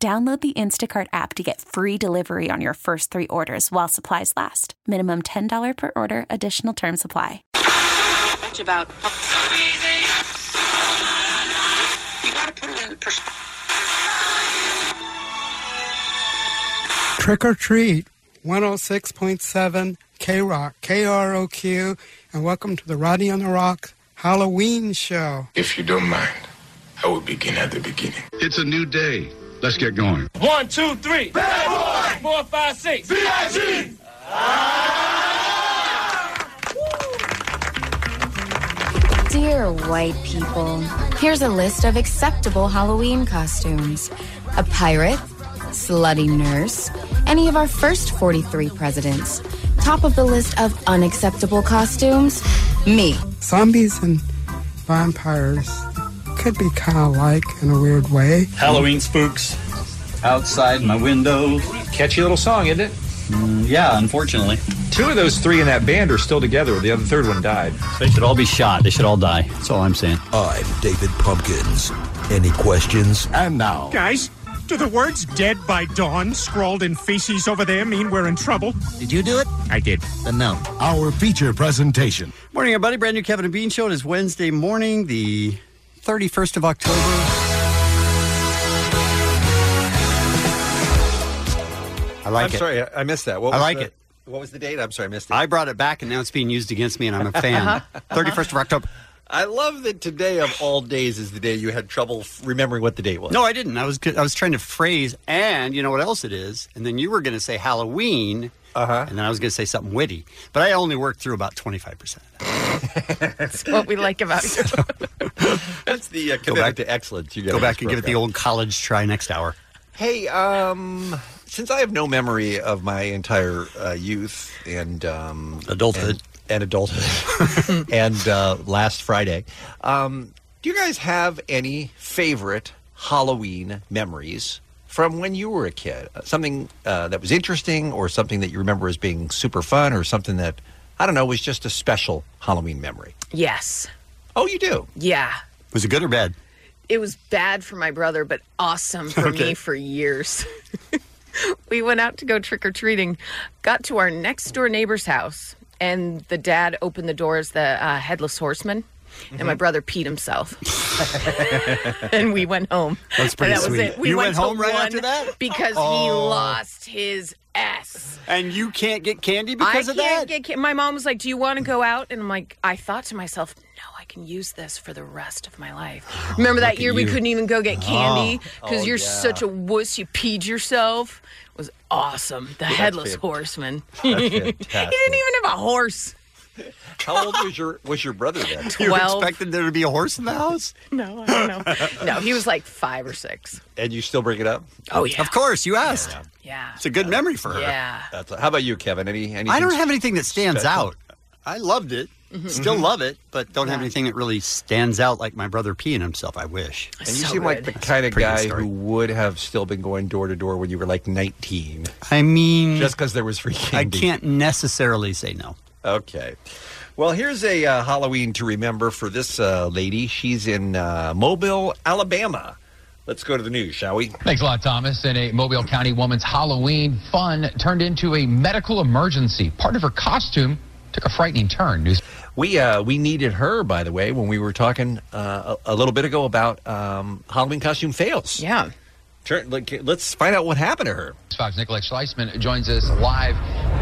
Download the Instacart app to get free delivery on your first three orders while supplies last. Minimum $10 per order, additional term supply. Much about. You gotta put it in perspective. Trick or Treat 106.7 K Rock, K R O Q, and welcome to the Rodney on the Rock Halloween Show. If you don't mind, I will begin at the beginning. It's a new day. Let's get going. One, two, three. Bad boy. Four, five, six. B.I.G. Dear white people, here's a list of acceptable Halloween costumes a pirate, slutty nurse, any of our first 43 presidents. Top of the list of unacceptable costumes, me. Zombies and vampires could be kind of like in a weird way. Halloween spooks outside my window. Mm, Catchy little song, isn't it? Yeah, unfortunately. Two of those three in that band are still together. The other third one died. They should all be shot. They should all die. That's all I'm saying. I'm David Pumpkins. Any questions? And now, Guys, do the words dead by dawn scrawled in feces over there mean we're in trouble? Did you do it? I did. Uh, Then no. Our feature presentation. Morning, everybody. Brand new Kevin and Bean Show. It is Wednesday morning, the 31st of October. I like I'm it. sorry, I I missed that. What I was like the- it. What was the date? I'm sorry, I missed it. Uh-huh. I brought it back, and now it's being used against me, and I'm a fan. 31st of October. I love that today of all days is the day you had trouble f- remembering what the date was. No, I didn't. I was I was trying to phrase, and you know what else it is. And then you were going to say Halloween, uh-huh. and then I was going to say something witty. But I only worked through about 25 percent. what we like about you. that's the uh, commitment back- to excellence. You Go back and give it the old college try next hour. Hey, um, since I have no memory of my entire uh, youth and um, Adulthood. and, and adulthood, and uh, last Friday, um, do you guys have any favorite Halloween memories from when you were a kid? Uh, Something uh, that was interesting, or something that you remember as being super fun, or something that I don't know was just a special Halloween memory. Yes. Oh, you do. Yeah. Was it good or bad? It was bad for my brother, but awesome for me for years. we went out to go trick or treating, got to our next door neighbor's house, and the dad opened the door as the uh, headless horseman. And Mm-hmm. my brother peed himself, and we went home. That's pretty and that sweet. was it. We You went to home right one after that? because he lost his ass. Oh. And you can't get candy because I of that? can't get ki- my mom was like, "Do you want to go out?" And I'm like, I thought to myself, "No, I can use this for the rest of my life." Remember that year we couldn't even go get candy Oh. because you're such a wuss. You peed yourself. It was awesome. The headless fantastic. horseman. That's He fantastic. didn't even have a horse. How old was your was your brother then? you Twelve? expected there to be a horse in the house? No, I don't know. no, he was like five or six. And you still bring it up? Oh yeah, Of course, you asked. yeah, It's a good memory for her. yeah. That's, how about you, Kevin? Any anything I don't have anything that stands out. I loved it. Still love it, but don't have anything that really stands out like my brother peeing himself. I wish. And you So seem like the good. kind of pretty good guy story. who would have still been going door to door when you were like 19, I mean, just because there was free I candy. can't necessarily say no. Okay. Well, here's a uh, Halloween to remember for this uh, lady. She's in uh, Mobile, Alabama. Let's go to the news, shall we? Thanks a lot, Thomas. And a Mobile County woman's Halloween fun turned into a medical emergency. Part of her costume took a frightening turn. News We uh, we needed her, by the way, when we were talking uh, a, a little bit ago about um, Halloween costume fails. Yeah. Turn, like, let's find out what happened to her. Fox Nicolette Schleisman joins us live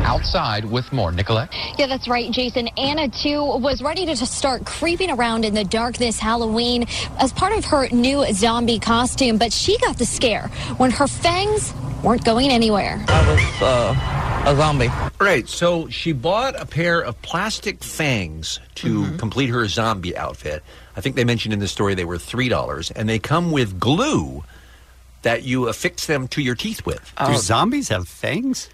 outside with more. Nicolette? Yeah, that's right, Jason. Anna, too, was ready to just start creeping around in the dark this Halloween as part of her new zombie costume, but she got the scare when her fangs weren't going anywhere. uh, Right. So she bought a pair of plastic fangs to complete her zombie outfit. I think they mentioned in the story they were $3, and they come with glue that you affix them to your teeth with. Do Oh. zombies have fangs?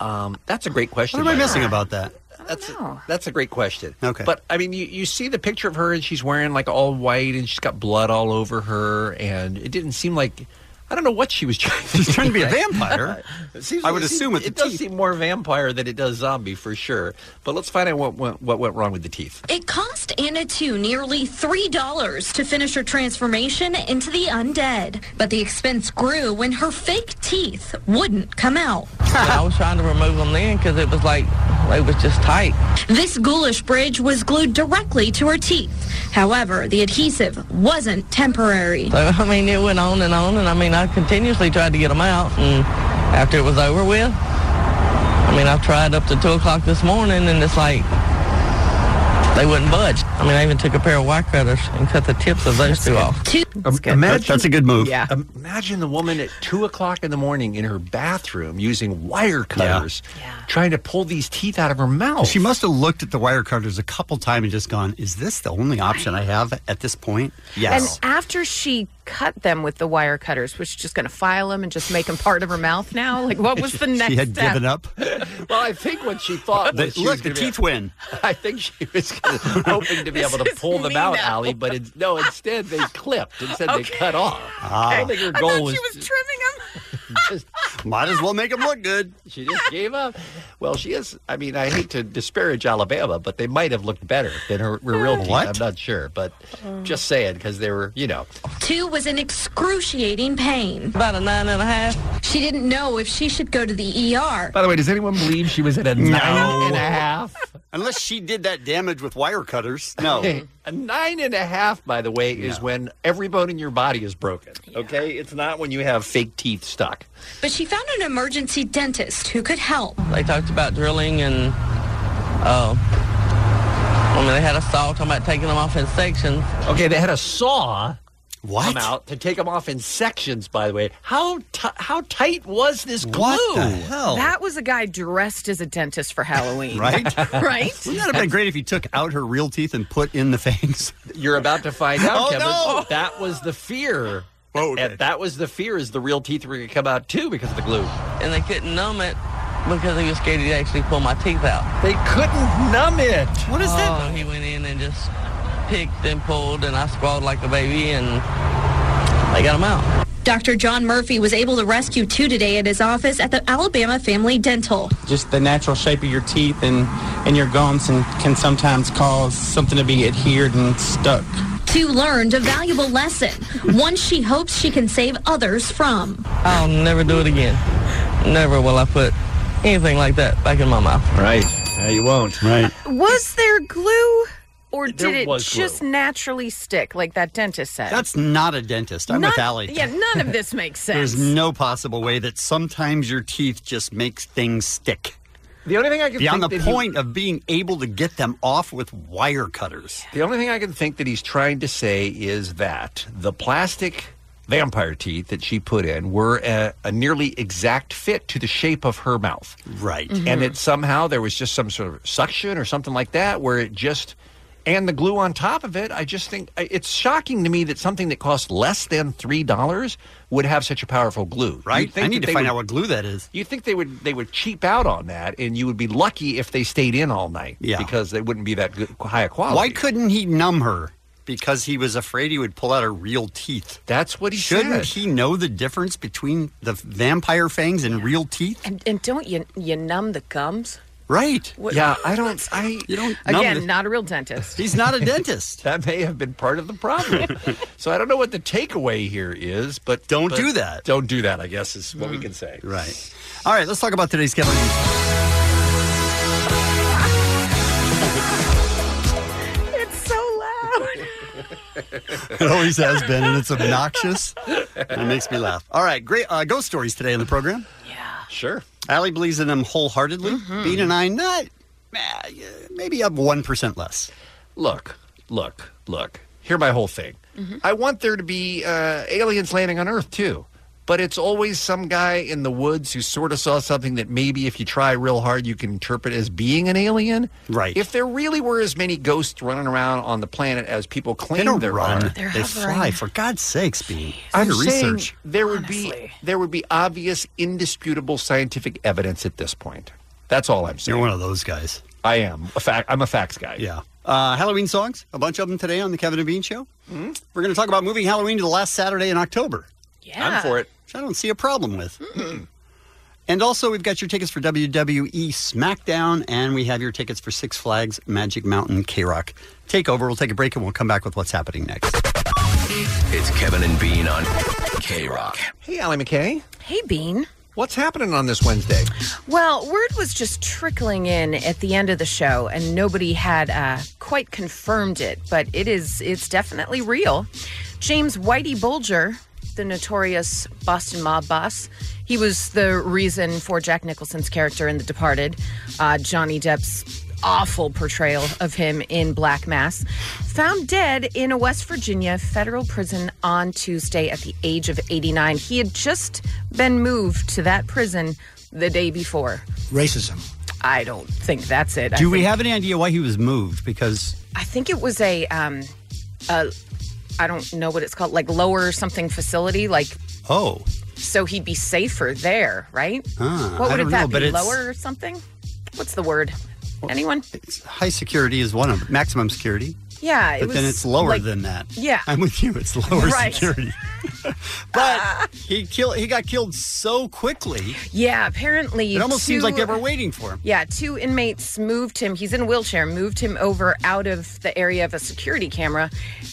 Um, that's a great question. What am I Mike. missing about that? That's a, that's a great question. Okay. But I mean, you, you see the picture of her, and she's wearing like all white, and she's got blood all over her, and it didn't seem like I don't know what she was trying. She's trying to be a vampire. it seems, I would it seems- assume with the it does seem more vampire than it does zombie for sure. But let's find out what went, what went wrong with the teeth. It cost Anna Tu nearly $3 to finish her transformation into the undead. But the expense grew when her fake teeth wouldn't come out. I was trying to remove them then because it was like it was just tight. This ghoulish bridge was glued directly to her teeth. However, the adhesive wasn't temporary. So, I mean, it went on and on, and I mean, I continuously tried to get them out, and after it was over with, I mean, I tried up to two o'clock this morning, and it's like they wouldn't budge. I mean, I even took a pair of wire cutters and cut the tips of those two off. Yeah. Im- Imagine the woman at two o'clock in the morning in her bathroom using wire cutters, trying to pull these teeth out of her mouth. She must have looked at the wire cutters a couple times and just gone, "Is this the only option I have at this point?" Yes. And after she cut them with the wire cutters, was she just going to file them and just make them part of her mouth now? Like, what was the next she had step? given up. well, I think what she thought The- was she look, was the gonna be- teeth win. I think she was gonna- hoping to be able to This is pull them me out, now. Allie, but it's, no, instead they clipped. Instead they Okay. cut off. Ah. I don't think her I goal thought was. she trimming them. Might as well make them look good. She just gave up. Well, she is. I mean, I hate to disparage Alabama, but they might have looked better than her, her real teeth. What? I'm not sure, but just saying because they were, you know. Tu was in excruciating pain. About a nine and a half. She didn't know if she should go to the ER. By the way, does anyone believe she was at a nine and a half? Unless she did that damage with wire cutters. No. a nine and a half, by the way, is when every bone in your body is broken. Okay, it's not when you have fake teeth stuck. But she found an emergency dentist who could help. They talked about drilling and, uh, I mean, they had a saw talking about taking them off in sections. Okay, they had a saw. What? Come out to take them off in sections. By the way, how ti how tight was this glue? That was a guy dressed as a dentist for Halloween. Right? right? Wouldn't that have been great if you took out her real teeth and put in the fangs? You're about to find out, Oh, Kevin. no! That was the fear. and that was the fear is the real teeth were going to come out too because of the glue. and they couldn't numb it because he was scared he'd actually pull my teeth out. They couldn't numb it. What is that? So he went in and just picked and pulled, and I squalled like a baby, and they got him out. Dr. John Murphy was able to rescue two today at his office at the Alabama Family Dental. just the natural shape of your teeth and, and your gums and can sometimes cause something to be adhered and stuck. Two learned a valuable lesson, one she hopes she can save others from. I'll never do it again. Never will I put anything like that back in my mouth. Right. Yeah, you won't. Right. Was there glue or There did it was glue. just naturally stick like that dentist said? That's not a dentist. I'm with None- Allie. Yeah, none of this makes sense. There's no possible way that sometimes your teeth just makes things stick. The only thing I can Beyond think the that he- point of being able to get them off with wire cutters. The only thing I can think that he's trying to say is that the plastic vampire teeth that she put in were a, a nearly exact fit to the shape of her mouth. Right. And it somehow there was just some sort of suction or something like that where it just and the glue on top of it, I just think I- it's shocking to me that something that costs less than three dollars would have such a powerful glue. Right? You'd think I need that to they find would- out what glue that is. You think they would they would cheap out on that, and you would be lucky if they stayed in all night, Yeah. because they wouldn't be that good, high a quality. Why couldn't he numb her? Because he was afraid he would pull out her real teeth. That's what he Shouldn't said. he know the difference between the vampire fangs and real teeth? And, and don't you you numb the gums? Right. What- Yeah, I don't. I you don't. Again, not a real dentist. He's not a dentist. that may have been part of the problem. so I don't know what the takeaway here is, but Don't but do that. Mm. Don't do that. I guess is what we can say. Right. All right. Let's talk about today's Kevin. It's so loud. It always has been, and it's obnoxious. And it makes me laugh. All right. Great uh, ghost stories today in the program. Yeah. Sure. Allie believes in them wholeheartedly. Mhm. Bean and I, not eh, maybe up one percent less. Look, look, Mm-hmm. look. Hear my whole thing. I want there to be uh, aliens landing on Earth too. but it's always some guy in the woods who sort of saw something that maybe if you try real hard you can interpret as being an alien. Right. If there really were as many ghosts running around on the planet as people claim They don't there run. are, They're They hovering. fly, for God's sakes, be I'm do your saying research. there would be there would be obvious, indisputable scientific evidence at this point. That's all I'm saying. You're one of those guys. I am a fact. I'm a facts guy. Yeah. Uh, Halloween songs, a bunch of them today on the Kevin and Bean Show. Hmm? We're going to talk about moving Halloween to the last Saturday in October. Yeah. I'm for it. Hmm. Which I don't see a problem with. And also, we've got your tickets for WWE SmackDown, and we have your tickets for Six Flags Magic Mountain K Rock Takeover. We'll take a break and we'll come back with what's happening next. It's Kevin and Bean on K Rock. Hey, Allie McKay. Hey, Bean. What's happening on this Wednesday? Well, word was just trickling in at the end of the show, and nobody had uh, quite confirmed it, but it is—it's definitely real. James Whitey Bulger, the notorious Boston mob boss, he was the reason for Jack Nicholson's character in The Departed, uh, Johnny Depp's awful portrayal of him in Black Mass, found dead in a West Virginia federal prison on Tuesday at the age of 89. He had just been moved to that prison the day before. Racism. I don't think that's it. I Do we think- have any idea why he was moved? Because I think it was a, um, a, I don't know what it's called, like lower something facility, like oh, so he'd be safer there, right? Ah, what I would don't it that know, but be? it's- Lower or something? What's the word? Anyone? high security is one of them, maximum security. Yeah, it but then was it's lower like- than that. Yeah. I'm with you. It's lower Right. Ah. security. but he killed. He got killed so quickly. Yeah, apparently It almost seems two- like they were waiting for him. Yeah, two inmates moved him. He's in a wheelchair. Moved him over out of the area of a security camera,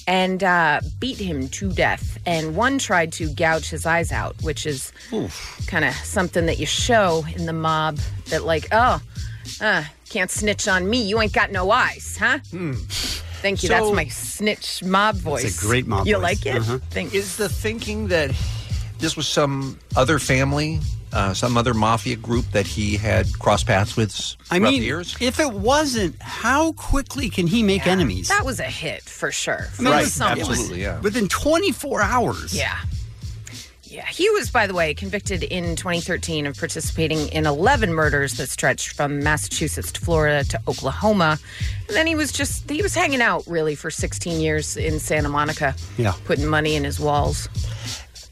and uh, beat him to death. And one tried to gouge his eyes out, which is kind of something that you show in the mob. That like, oh, uh, can't snitch on me. You ain't got no eyes, huh? Hmm. Thank you. So- That's my snitch mob voice. You like it? Uh-huh. Thanks. Is the thinking that this was some other family, uh, some other mafia group that he had crossed paths with? s- I throughout mean, the years? if it wasn't, how quickly can he make enemies? That was a hit for sure. I mean, From it was- someone. it was Within 24 hours. Yeah. Yeah. He was, by the way, convicted in 2013 of participating in 11 murders that stretched from Massachusetts to Florida to Oklahoma. And then he was just, he was hanging out really for 16 years in Santa Monica, Yeah. putting money in his walls.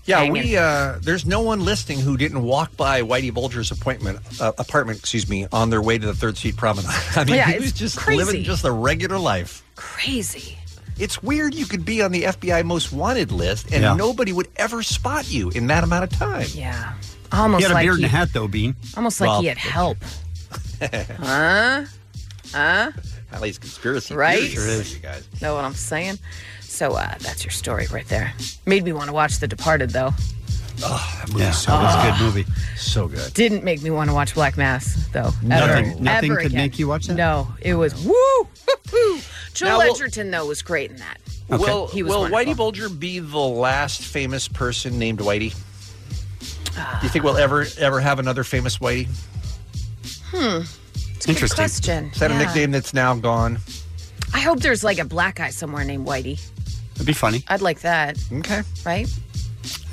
Yeah, Hanging. we uh, there's no one listening who didn't walk by Whitey Bulger's appointment uh, apartment, excuse me, on their way to the Third Street Promenade. I mean, Yeah, he was it's just crazy. living just a regular life. Crazy. It's weird you could be on the FBI most wanted list and Yeah. nobody would ever spot you in that amount of time. Yeah. Almost he had a like beard he, and a hat, though, Bean. Almost like he had help. huh? Huh? Allie's conspiracy Right? theory sure is, you guys. Know what I'm saying? So uh, that's your story right there. Made me want to watch The Departed, though. That movie's Yeah, so it was a good good. movie. So good. Didn't make me want to watch Black Mass though. Nothing- ever, nothing ever could again. make you watch that? No, it was woo. hoo-hoo. Joel Now, well- Edgerton though was great in that. Will, he was will wonderful. Whitey Bulger be the last famous person named Whitey? Ah. Do you think we'll ever ever have another famous Whitey? Hmm. It's a Good Interesting. question. Is that a Yeah. nickname that's now gone? I hope there's like a black guy somewhere named Whitey. It'd be funny. I'd like that. Okay. Right?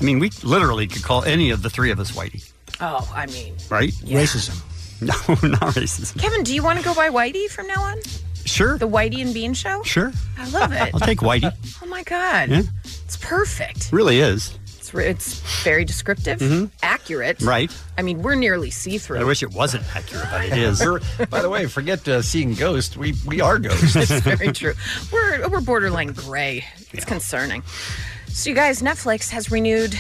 I mean, we literally could call any of the three of us Whitey, Oh, I mean, right? Racism. No, not racism. Kevin, do you want to go by Whitey from now on? Sure. The Whitey and Bean Show. Sure. I love it. I'll take Whitey. Oh my god, Yeah. it's perfect. Really is. It's, re- it's very descriptive, Mhm. accurate. Right. I mean, we're nearly see through. I wish it wasn't accurate, but it is. We're- by the way, forget uh, seeing ghosts. We we are ghosts. It's very true. We're we're borderline gray. It's concerning. So you guys, Netflix has renewed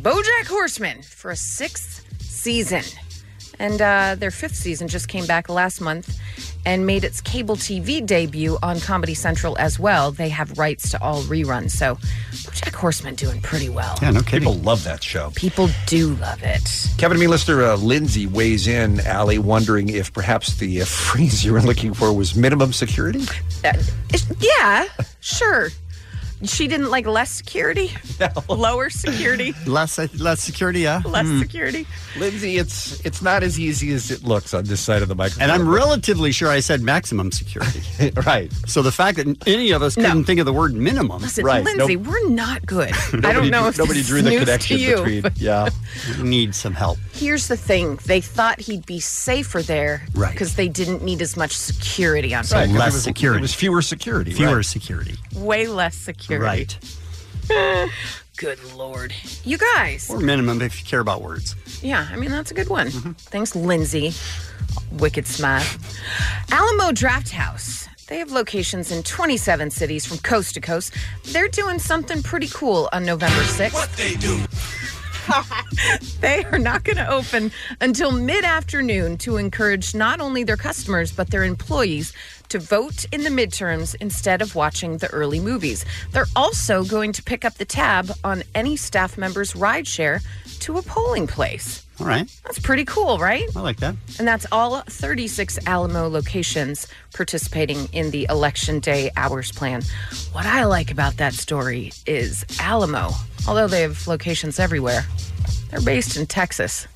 BoJack Horseman for a sixth season, and uh, their fifth season just came back last month and made its cable TV debut on Comedy Central as well. They have rights to all reruns, so BoJack Horseman doing pretty well. Yeah, no kidding. People love that show. People do love it. Kevin and me listener uh, Lindsay weighs in, Allie, wondering if perhaps the uh, phrase you were looking for was minimum security. Uh, it's- yeah, Uh, sure. She didn't like less security, Ah. lower security, Less less security, yeah. Hmm. less security. Lindsay, it's it's not as easy as it looks on this side of the microphone. And I'm relatively sure I said maximum security. right. So the fact that any of us couldn't think of the word minimum. Listen, right. Lindsay, we're not good. I don't know if this is news to you, but yeah. We need some help. Here's the thing: they thought he'd be safer there, Right. Because they didn't need as much security on So him. less security. It was fewer security. Fewer right? security. way less security. Right. Good lord, you guys. Or minimum if you care about words. Yeah, I mean that's a good one. Mm-hmm. Thanks, Lindsay. Wicked smart. Alamo Draft House. They have locations in 27 cities from coast to coast. They're doing something pretty cool on November 6th. What they Mm-hmm. do? they are not going to open until mid afternoon to encourage not only their customers, but their employees to vote in the midterms instead of watching the early movies. They're also going to pick up the tab on any staff member's rideshare to a polling place. All right. That's pretty cool, right? I like that. And that's all 36 Alamo locations participating in the Election Day Hours Plan. What I like about that story is Alamo, although they have locations everywhere, they're based in Texas.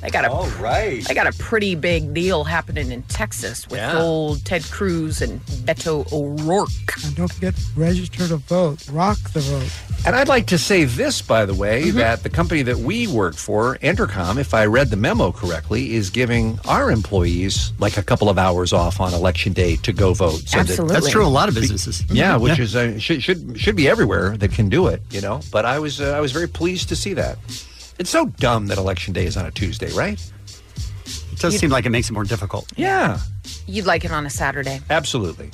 They got a All right. They got a pretty big deal happening in Texas with Yeah. old Ted Cruz and Beto O'Rourke. And don't forget, register to vote. Rock the vote. And I'd like to say this, by the way, that the company that we work for, Entercom, if I read the memo correctly, is giving our employees like a couple of hours off on election day to go vote. that- Absolutely. That's true, a lot of businesses. Yeah, Mhm. which Yeah. is uh, should, should should be everywhere that can do it, you know. But I was uh, I was very pleased to see that. It's so dumb that election day is on a Tuesday, right? It does seem like it makes it more difficult. Yeah, You'd like it on a Saturday. absolutely.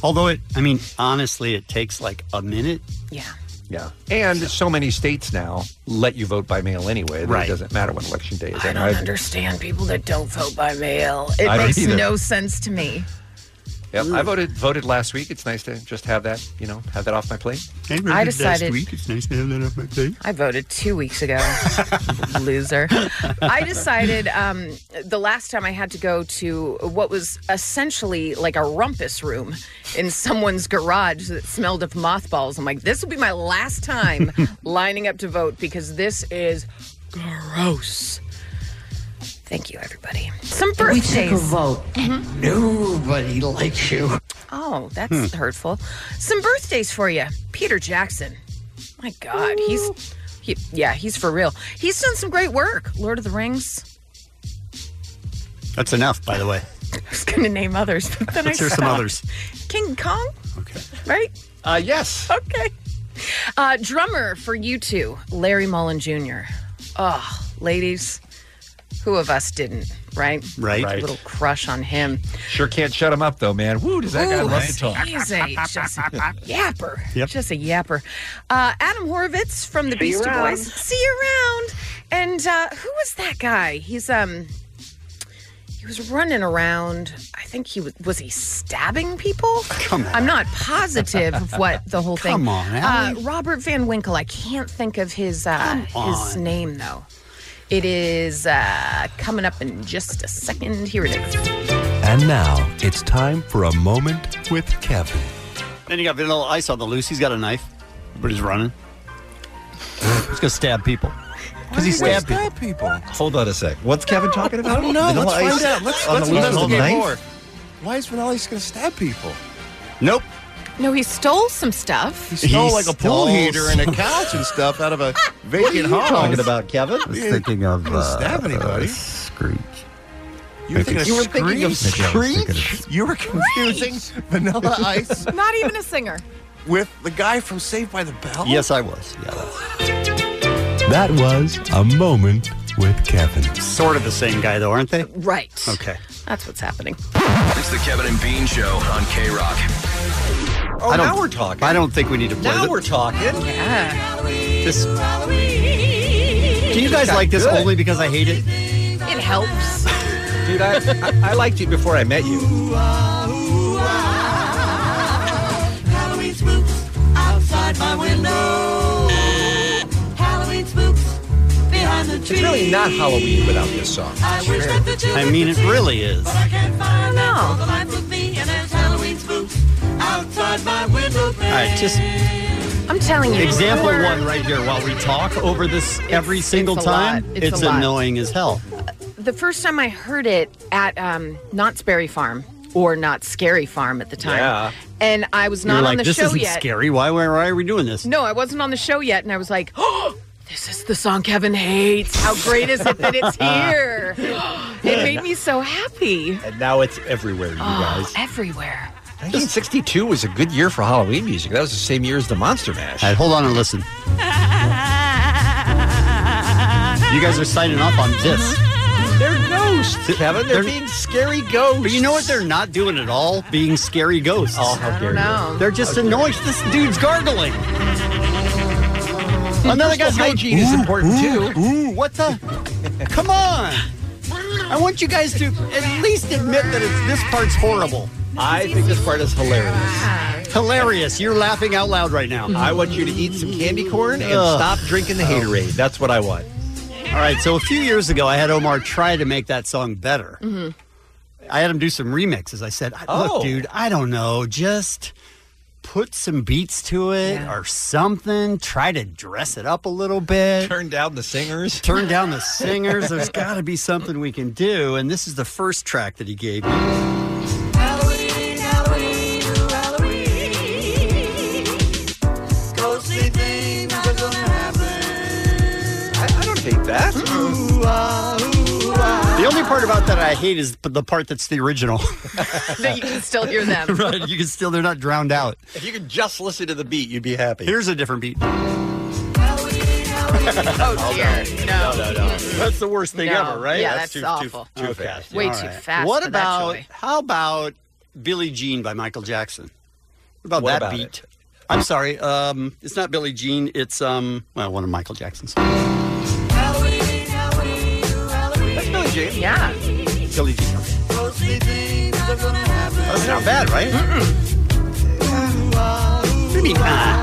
Although it, I mean, honestly, it takes like a minute. Yeah. Yeah. And so many states now let you vote by mail anyway. That Right. It doesn't matter when election day is. I And don't understand people that don't vote by mail. It I don't makes either. no sense to me. Yep, I voted voted last week. It's nice to just have that, you know, have that off my plate. I decided- It's nice to have that off my plate. I voted two weeks ago. Loser. I decided um, the last time I had to go to what was essentially like a rumpus room in someone's garage that smelled of mothballs. I'm like, this will be my last time lining up to vote because this is gross. Thank you, everybody. Some We took birthdays. a vote. Mhm. Nobody likes you. Oh, that's hurtful. Some birthdays for you. Peter Jackson. My God, he's. He, yeah, he's for real. He's done some great work. Lord of the Rings. That's enough, by the way. I was going to name others, but then Let's I hear some stopped. others. King Kong. Okay. Right. Uh, yes. Okay. Uh, drummer for you two, Larry Mullen Jr. Oh, ladies, who of us didn't? Right. Right. Right. Little crush on him. Sure can't shut him up though, man. Woo, does that guy Ooh, love to talk? He's a, just a yapper. Yep. Just a yapper. Uh, Adam Horovitz from the See you Beastie around. Boys. See you around. And uh, who was that guy? He's um, he was running around. I think he was. Was he stabbing people? Come on. I'm not positive of what the whole thing. Come on, uh, Alan. Robert Van Winkle. I can't think of his uh, Come his on. name though. It is uh, coming up in just a second. Here it is. And now it's time for a moment with Kevin. Then you got Vanilla Ice on the loose. He's got a knife, but he's running. he's gonna stab people. Because he Why would stabbed people. Hold on a sec. What's Kevin talking about? I don't know. Vanilla Let's find Ice out. Let's- on let's the loose with a investigate knife? more. Why is Vanilla Ice going to stab people? Nope. No, he stole some stuff. He stole like a pool stole heater and a some- couch and stuff out of a vacant What are you house. talking about, Kevin? I was thinking of, I didn't uh, stab anybody. uh, Screech. You were I think thinking of you were thinking of Screech? Screech? You were confusing Vanilla Ice Not even a singer. with the guy from Saved by the Bell? Yes, I was. Yeah. That was a moment with Kevin. Sort of the same guy, though, aren't they? Right. Okay. That's what's happening. It's the Kevin and Bean Show on K Rock. Oh, I don't, now we're talking. I don't think we need to play Now we're talking. Yeah. This, do you guys Got like this good. only because I hate it? It helps. Dude, I, I, I liked you before I met you. Halloween spooks outside my window. Halloween spooks behind the tree. It's really not Halloween without this song. I wish that the children I mean, it could see, really is. But I can't find out for the life of me. And there's Halloween spooks outside my window. All right, just I'm telling you. Example we're- one right here. While we talk over this every It's- single it's a time, lot. it's, It's a lot. annoying as hell. The first time I heard it at um, Knott's Berry Farm or Not Scary Farm at the time. Yeah. And I was You're not on like, the this show isn't yet. scary. Why, why, why are we doing this? No, I wasn't on the show yet, and I was like, oh, this is the song Kevin hates. How great is it that it's here? it made me so happy. And now it's everywhere, you Oh, guys. everywhere. 1962 was a good year for Halloween music. That was the same year as the Monster Mash. All right, hold on and listen. You guys are signing off on this. They're ghosts, Kevin. They're, They're- being scary ghosts. But you know what they're not doing at all? Being scary ghosts. Oh, how I don't dare you. know. They're just How dare annoying. This dude's gargling. Another guy's Personal going, hygiene is "Ooh, important, ooh, too." Ooh, what the? Come on. I want you guys to at least admit that it's, this part's horrible. I think this part is hilarious. Mm-hmm. Hilarious. You're laughing out loud right now. I want you to eat some candy corn and Ugh. Oh. stop drinking the haterade. That's what I want. All right, so a few years ago, I had Omar try to make that song better. Mhm. I had him do some remixes. I said, "I- Oh. "Look, dude, I don't know. Just put some beats to it or something. Try to dress it up a little bit. Turn down the singers. Turn down the singers. There's got to be something we can do." And this is the first track that he gave me. Halloween, Halloween, Halloween. Ghostly things are gonna happen. I, I don't hate that. Ooh, ah, ooh, ah. The only part about that I hate is the part that's the original. That you can still hear them. right? You can still they're not drowned out. If you could just listen to the beat, you'd be happy. Here's a different beat. Oh, dear. No. no, no. That's the worst thing No. ever, right? Yeah, that's awful. Too, too Okay. fast. Way All too fast What for that about joy. how about Billie Jean by Michael Jackson? What about What that about beat? it? I'm sorry. Um, it's not Billie Jean. It's um, well, one of Michael Jackson's. Halloween, Halloween, That's Billy Jean. Yeah. Billie Jean. Ghostly things are gonna happen. That's not bad, right? What do you mean? ah?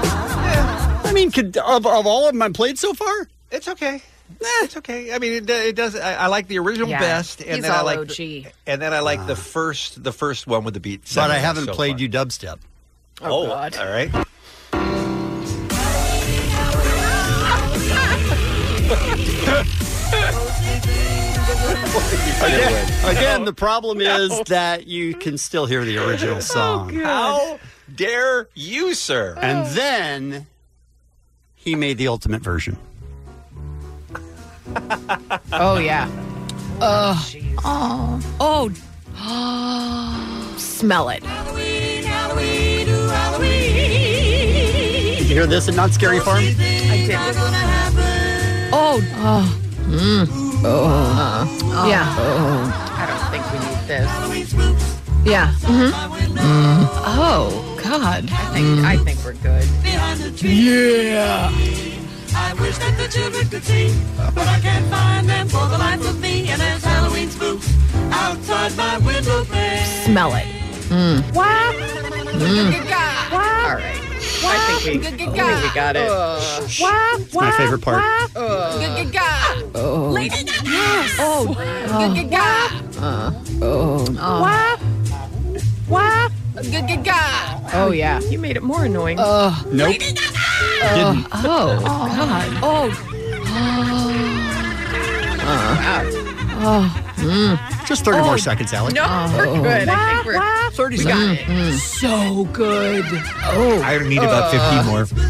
I mean, could, of, of all of them I've played so far, It's okay. Nah, eh, it's okay. I mean, it, it does. I, I like the original Yeah. best, and He's then I all like, OG. the, and then I like the first, the first one with the beat. Ah. but I section haven't so played far. you dubstep. Oh, God. All right. Again, again, the problem is that you can still hear the original song. How dare you, sir? And then he made the ultimate version. Oh, yeah. Oh. Oh. Oh. Smell it. Halloween, Halloween, ooh, Halloween. Did you hear this at Not Scary Farm? Ghostly things are gonna happen. Oh. Oh. Oh. Yeah. I don't think we need this. Halloween spooks Yeah. Mm-hmm. by window. Oh God. I think I think we're good. Behind the tree. I wish that the children could see, but I can't find them for the life of me. And there's Halloween spooks outside my window pane. Smell it. Mm. What? Mm. All right. I think we, I think we got it. It's my favorite part. Uh, Oh yeah. You made it more annoying. Oh Nope. Didn't. oh, God. Oh. Uh-huh. Oh. Oh. Mm. Just 30 more seconds, Alec. No, we're good. I think we're 30 we seconds. got it. So good. Oh. I need about Uh. 15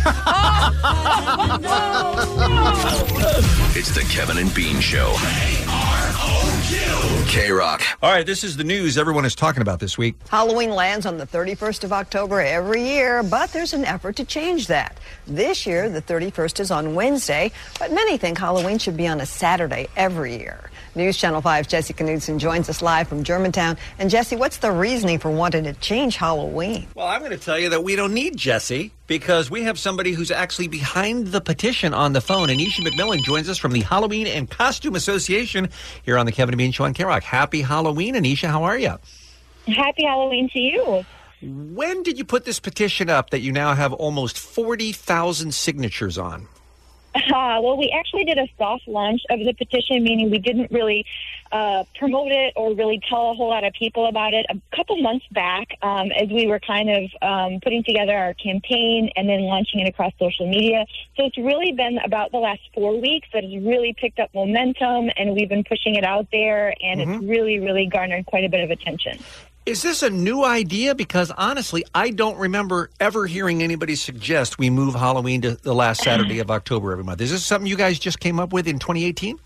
more. It's the Kevin and Bean Show. K Rock. All right, this is the news everyone is talking about this week. Halloween lands on the 31st of October every year, but there's an effort to change that. This year, the 31st is on Wednesday, but many think Halloween should be on a Saturday every year. News Channel 5's Jessica Knudsen joins us live from Germantown. And Jesse, what's the reasoning for wanting to change Halloween? Well, I'm going to tell you that we don't need Jesse because we have somebody who's actually behind the petition on the phone. And Isha McMillan joins us from the Halloween and Costume Association here on the Kevin and Bean Show on K Rock. Happy Halloween, Anisha. How are you? Happy Halloween to you. When did you put this petition up that you now have almost 40,000 signatures on? Uh, well, we actually did a soft launch of the petition, meaning we didn't really uh, promote it or really tell a whole lot of people about it. A couple months back, um, as we were kind of um, putting together our campaign and then launching it across social media. So it's really been about the last four weeks that it's really picked up momentum, and we've been pushing it out there, and it's really, really garnered quite a bit of attention. Is this a new idea? Because honestly, I don't remember ever hearing anybody suggest we move Halloween to the last Saturday of October every month. Is this something you guys just came up with in 2018?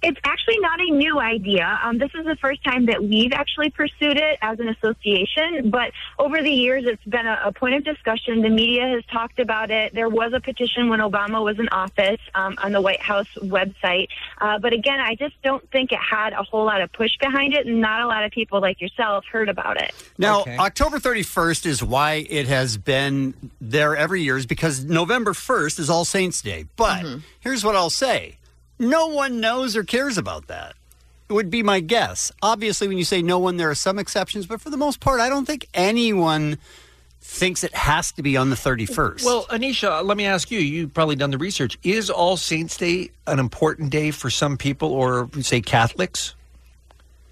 It's actually not a new idea. Um, this is the first time that we've actually pursued it as an association, but over the years, it's been a, a point of discussion. The media has talked about it. There was a petition when Obama was in office um, on the White House website. Uh, but again, I just don't think it had a whole lot of push behind it, and not a lot of people like yourself heard about it. Now, October 31st is why it has been there every year, is because November 1st is All Saints' Day. But here's what I'll say no one knows or cares about that, would be my guess. Obviously, when you say no one, there are some exceptions, but for the most part, I don't think anyone thinks it has to be on the 31st. Well, Anisha, let me ask you. You've probably done the research. Is All Saints' Day an important day for some people, or say Catholics?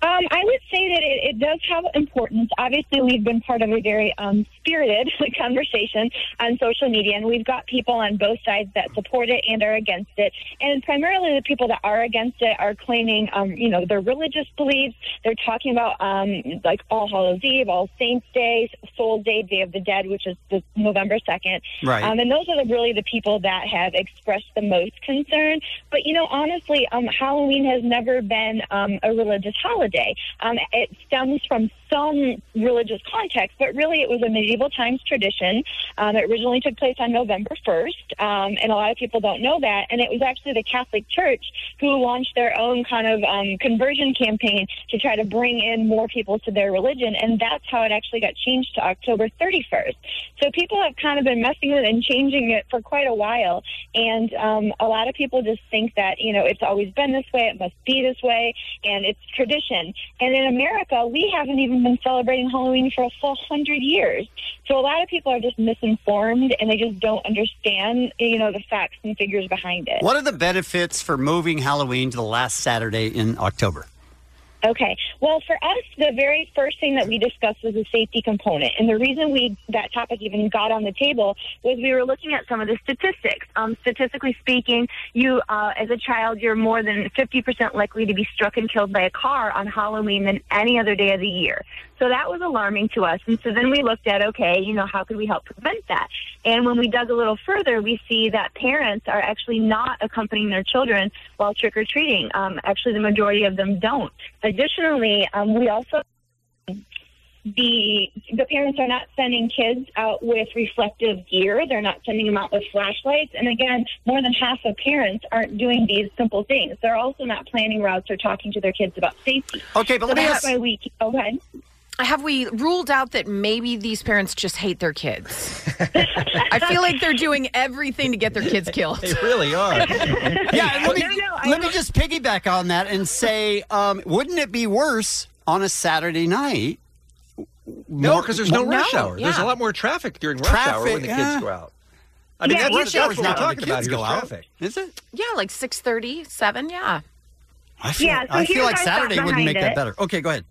Um, I would say that it, it does have importance. Obviously, we've been part of a very um, spirited conversation on social media, and we've got people on both sides that support it and are against it. And primarily, the people that are against it are claiming, um, you know, their religious beliefs. They're talking about um, like All Hallows Eve, All Saints Day, Soul Day, Day of the Dead, which is the November second. Right. Um, and those are the, really the people that have expressed the most concern. But you know, honestly, um, Halloween has never been um, a religious holiday. Um, it stems from some religious context, but really it was a medieval times tradition. Um, it originally took place on November first, um, and a lot of people don't know that. And it was actually the Catholic Church who launched their own kind of um, conversion campaign to try to bring in more people to their religion, and that's how it actually got changed to October 31st. So people have kind of been messing with it and changing it for quite a while, and um, a lot of people just think that you know it's always been this way, it must be this way, and it's tradition. And in America, we haven't even been celebrating Halloween for a full hundred years. So a lot of people are just misinformed and they just don't understand, you know, the facts and figures behind it. What are the benefits for moving Halloween to the last Saturday in October? Okay. Well, for us, the very first thing that we discussed was the safety component, and the reason we that topic even got on the table was we were looking at some of the statistics. Um, statistically speaking, you uh, as a child, you're more than fifty percent likely to be struck and killed by a car on Halloween than any other day of the year. So that was alarming to us, and so then we looked at okay, you know, how could we help prevent that? And when we dug a little further, we see that parents are actually not accompanying their children while trick or treating. Um, actually, the majority of them don't. Additionally, um, we also the the parents are not sending kids out with reflective gear. They're not sending them out with flashlights. And again, more than half of parents aren't doing these simple things. They're also not planning routes or talking to their kids about safety. Okay, but let me that's ask- why we okay. Have we ruled out that maybe these parents just hate their kids? I feel like they're doing everything to get their kids killed. They really are. yeah, and let me, let me just piggyback on that and say, um, wouldn't it be worse on a Saturday night? No, because there's no rush hour. There's a lot more traffic during rush hour when the kids go out. I mean, Yeah, that's, you that's, think- what we're Not when the talking about kids here is go out. traffic. Is it? Yeah, like 6.30, 7, yeah. I feel- Yeah, so I feel here's like our Saturday thought wouldn't make behind that it. better. Okay, go ahead.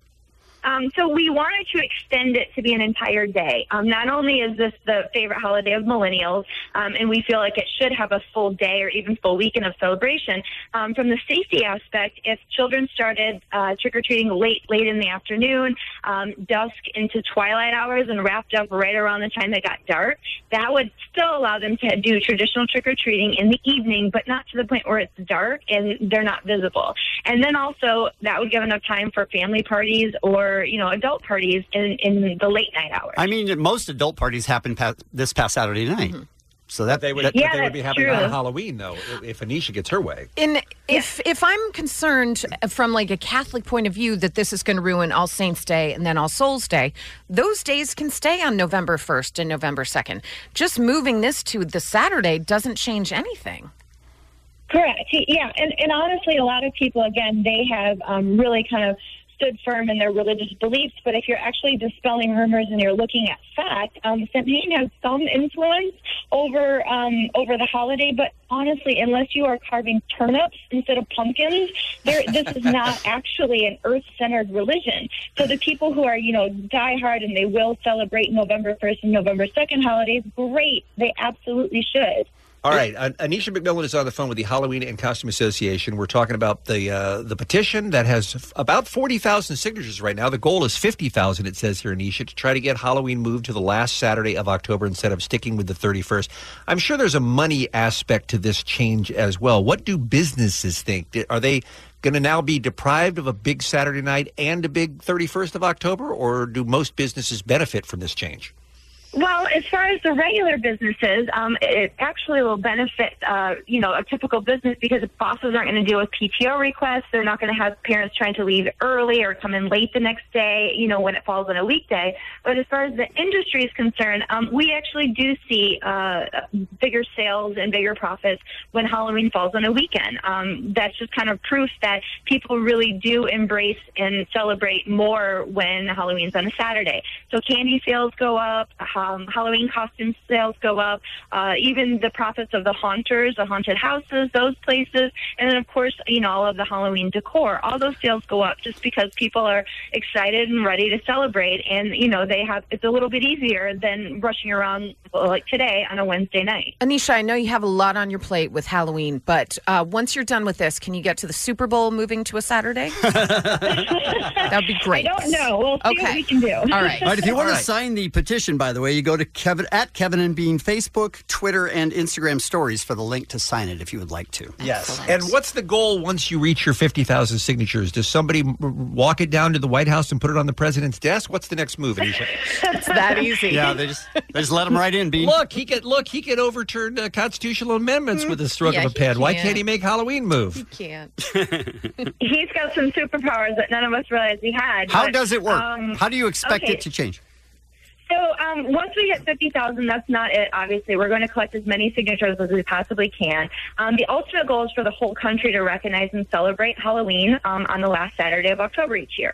Um, so we wanted to extend it to be an entire day. Um, not only is this the favorite holiday of millennials, um, and we feel like it should have a full day or even full weekend of celebration. Um, from the safety aspect, if children started uh, trick or treating late, late in the afternoon, um, dusk into twilight hours, and wrapped up right around the time it got dark, that would still allow them to do traditional trick or treating in the evening, but not to the point where it's dark and they're not visible. And then also that would give enough time for family parties or you know adult parties in in the late night hours. I mean, most adult parties happen past, this past Saturday night. So that, They would, that- Mm-hmm. but they would be happening on Halloween, though, if Anisha gets her way. In if if I'm concerned from like a Catholic point of view that this is going to ruin All Saints Day and then All Souls Day, those days can stay on November 1st and November 2nd. Just moving this to the Saturday doesn't change anything. Correct. Yeah, and and honestly, a lot of people again they have um, really kind of stood firm in their religious beliefs. But if you're actually dispelling rumors and you're looking at fact, um, Samhain has some influence over um, over the holiday. But honestly, unless you are carving turnips instead of pumpkins, there, this is not actually an earth-centered religion. So the people who are you know diehard and they will celebrate November first and November second holidays, great, they absolutely should. All right, An- Anisha McMillan is on the phone with the Halloween and Costume Association. We're talking about the uh, the petition that has f- about forty thousand signatures right now. The goal is fifty thousand. It says here, Anisha, to try to get Halloween moved to the last Saturday of October instead of sticking with the thirty first. I'm sure there's a money aspect to this change as well. What do businesses think? Di- Are they going to now be deprived of a big Saturday night and a big thirty first of October, or do most businesses benefit from this change? Well, as far as the regular businesses, um, it actually will benefit, uh, you know, a typical business because bosses aren't going to deal with PTO requests. They're not going to have parents trying to leave early or come in late the next day, you know, when it falls on a weekday. But as far as the industry is concerned, um, we actually do see uh, bigger sales and bigger profits when Halloween falls on a weekend. Um, that's just kind of proof that people really do embrace and celebrate more when Halloween's on a Saturday. So candy sales go up, um, Halloween costume sales go up, uh, even the profits of the haunters, the haunted houses, those places, and then of course, you know, all of the Halloween decor. All those sales go up just because people are excited and ready to celebrate, and you know, they have it's a little bit easier than rushing around well, like today on a Wednesday night. Anisha, I know you have a lot on your plate with Halloween, but uh, once you're done with this, can you get to the Super Bowl moving to a Saturday? That'd be great. I don't know. We'll see what Okay. we can do. All right. All right. If you want All to right. sign the petition, by the way, you go to Kevin at Kevin and Bean Facebook, Twitter, and Instagram stories for the link to sign it if you would like to. Yes. And what's the goal once you reach your 50,000 signatures? Does somebody m- walk it down to the White House and put it on the president's desk? What's the next move, Anisha? it's that easy. Yeah, they just they just let him right in. Bean. Look, he could look. He could overturn uh, constitutional amendments with a stroke Yeah, of a he pen. Why can't. can't he make Halloween move? can't. He's got some superpowers that none of us realized he had. How but, does it work? um, How do you expect okay. it to change? So um, once we hit 50,000, that's not it, obviously. We're going to collect as many signatures as we possibly can. Um, the ultimate goal is for the whole country to recognize and celebrate Halloween um, on the last Saturday of October each year.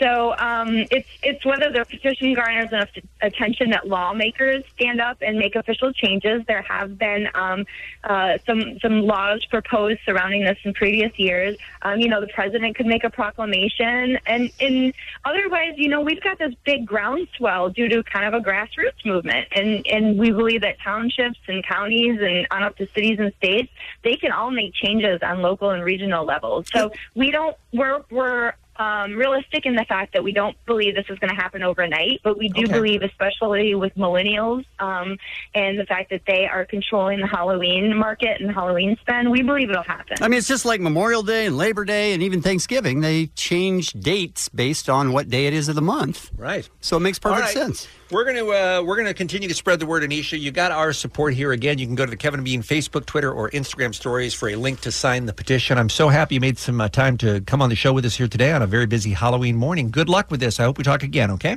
So um, it's it's whether the petition garners enough attention that lawmakers stand up and make official changes. There have been um, uh, some some laws proposed surrounding this in previous years. Um, you know, the president could make a proclamation, and and otherwise, you know, we've got this big groundswell due to kind of a grassroots movement, and and we believe that townships and counties and on up to cities and states, they can all make changes on local and regional levels. So we don't we're we're um, realistic in the fact that we don't believe this is going to happen overnight, but we do believe, especially with millennials um, and the fact that they are controlling the Halloween market and Halloween spend, we believe it'll happen. I mean, it's just like Memorial Day and Labor Day and even Thanksgiving. They change dates based on what day it is of the month. Right. So it makes perfect All right. sense. We're going to uh, we're going to continue to spread the word, Anisha. You got our support here again. You can go to the Kevin and Bean Facebook, Twitter, or Instagram stories for a link to sign the petition. I'm so happy you made some uh, time to come on the show with us here today on a very busy Halloween morning. Good luck with this. I hope we talk again. Okay.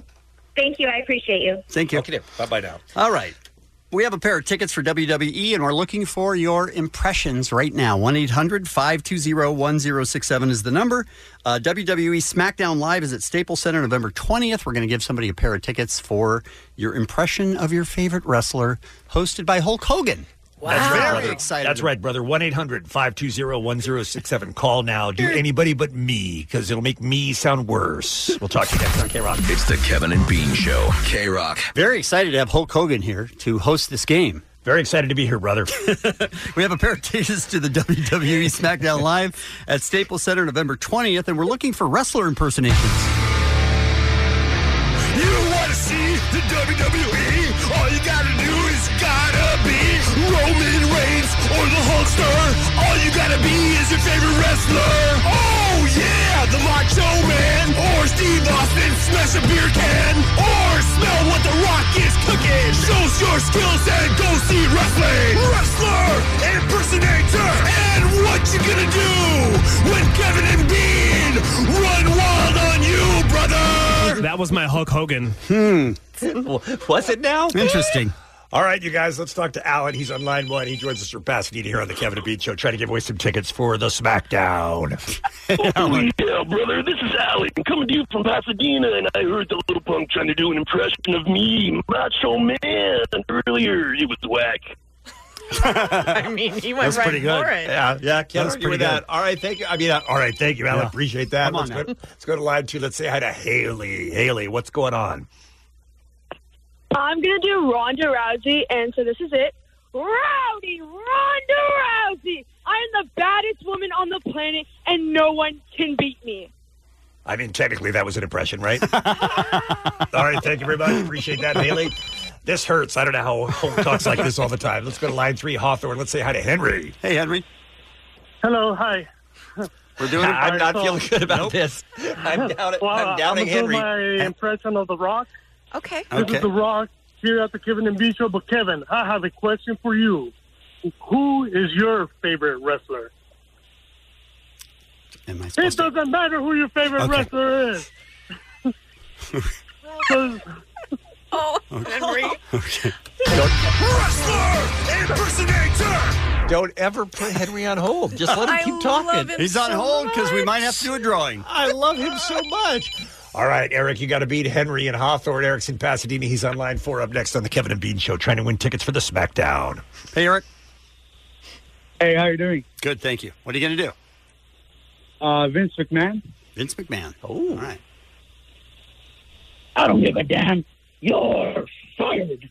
Thank you. I appreciate you. Thank you. Okay. Bye bye now. All right. We have a pair of tickets for WWE, and we're looking for your impressions right now. 1 800 520 1067 is the number. Uh, WWE SmackDown Live is at Staples Center November 20th. We're going to give somebody a pair of tickets for your impression of your favorite wrestler, hosted by Hulk Hogan. That's right, Very brother. excited. That's right, brother. 1 800 520 1067. Call now. Do anybody but me because it'll make me sound worse. We'll talk to you next on K Rock. It's the Kevin and Bean Show. K Rock. Very excited to have Hulk Hogan here to host this game. Very excited to be here, brother. we have a pair of tickets to the WWE SmackDown Live at Staples Center November 20th, and we're looking for wrestler impersonations. You want to see the WWE? All you gotta do is gotta be Roman Reigns or the Hulkster. All you gotta be is your favorite wrestler. Oh yeah, the Macho Man or Steve Austin smash a beer can or smell what the Rock is cooking. Shows your skills and go see wrestling. Wrestler impersonator. And what you gonna do when Kevin and Bean run wild on you, Oh, brother? That was my Hulk Hogan. Hmm. Was it now? Interesting. All right, you guys, let's talk to Alan. He's on line one. He joins us from Pasadena here on the Kevin and Bean Show, trying to give away some tickets for the SmackDown. Yeah, brother, this is Alec. I'm coming to you from Pasadena, and I heard the little punk trying to do an impression of me, Macho Man, earlier. It was whack. I mean, he went That's right pretty good. for it. Yeah, yeah, can't That's argue pretty with good. that. All right, thank you. I mean, uh, all right, thank you, Alan. Yeah. Appreciate that. Come on let's, now. go, let's go to line two. Let's say hi to Haley. Haley, what's going on? I'm gonna do Ronda Rousey, and so this is it. Rowdy Ronda Rousey. I am the baddest woman on the planet, and no one can beat me. I mean, technically, that was an impression, right? all right, thank you very much. Appreciate that, Haley. This hurts. I don't know how Holt talks like this all the time. Let's go to line three, Hawthorne. Let's say hi to Henry. Hey, Henry. Hello, hi. We're doing it. I'm not feeling good about this. I'm, down, Well, I'm downing gonna do Henry. my impression of The Rock. Okay. This Okay. is The Rock here at the Kevin and B Show. But Kevin, I have a question for you. Who is your favorite wrestler? It doesn't matter who your favorite wrestler is. oh, Henry. Wrestler impersonator. Don't ever put Henry on hold. Just let him I keep love talking. him He's on so hold 'cause we might have to do a drawing. I love him so much. All right, Eric, you got to beat Henry and Hawthorne. Eric's in Pasadena. He's on line four up next on the Kevin and Bean Show, trying to win tickets for the SmackDown. Hey, Eric. Hey, how you doing? Good, thank you. What are you going to do? Uh, Vince McMahon. Vince McMahon. Oh, all right. I don't give a damn. You're fired.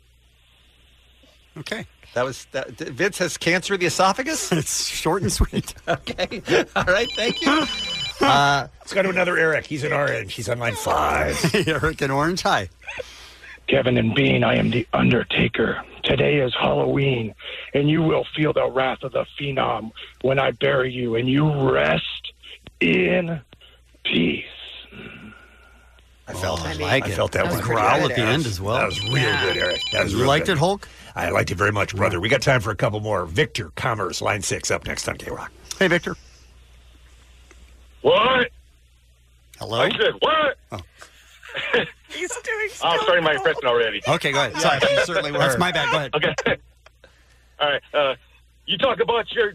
Okay. That was that, Vince has cancer of the esophagus. it's short and sweet. okay. All right. Thank you. Uh, let's go to another Eric. He's in orange. He's on line five. Eric in orange. Hi. Kevin and Bean, I am the Undertaker. Today is Halloween, and you will feel the wrath of the Phenom when I bury you, and you rest in peace. I felt I it. like I it. felt that, That was one pretty growl good, at the Eric. end as well. That was real good, Eric. That was You real liked good. it, Hulk? I liked it very much, brother. We got time for a couple more. Victor Commerce, line six, up next on K Rock. Hey, Victor. What? Hello? Oh. I said what? He's doing I'm starting Oh, my impression already. Okay, go ahead. Sorry, you certainly were. That's my bad. Go ahead. Okay. All right. Uh, you talk about your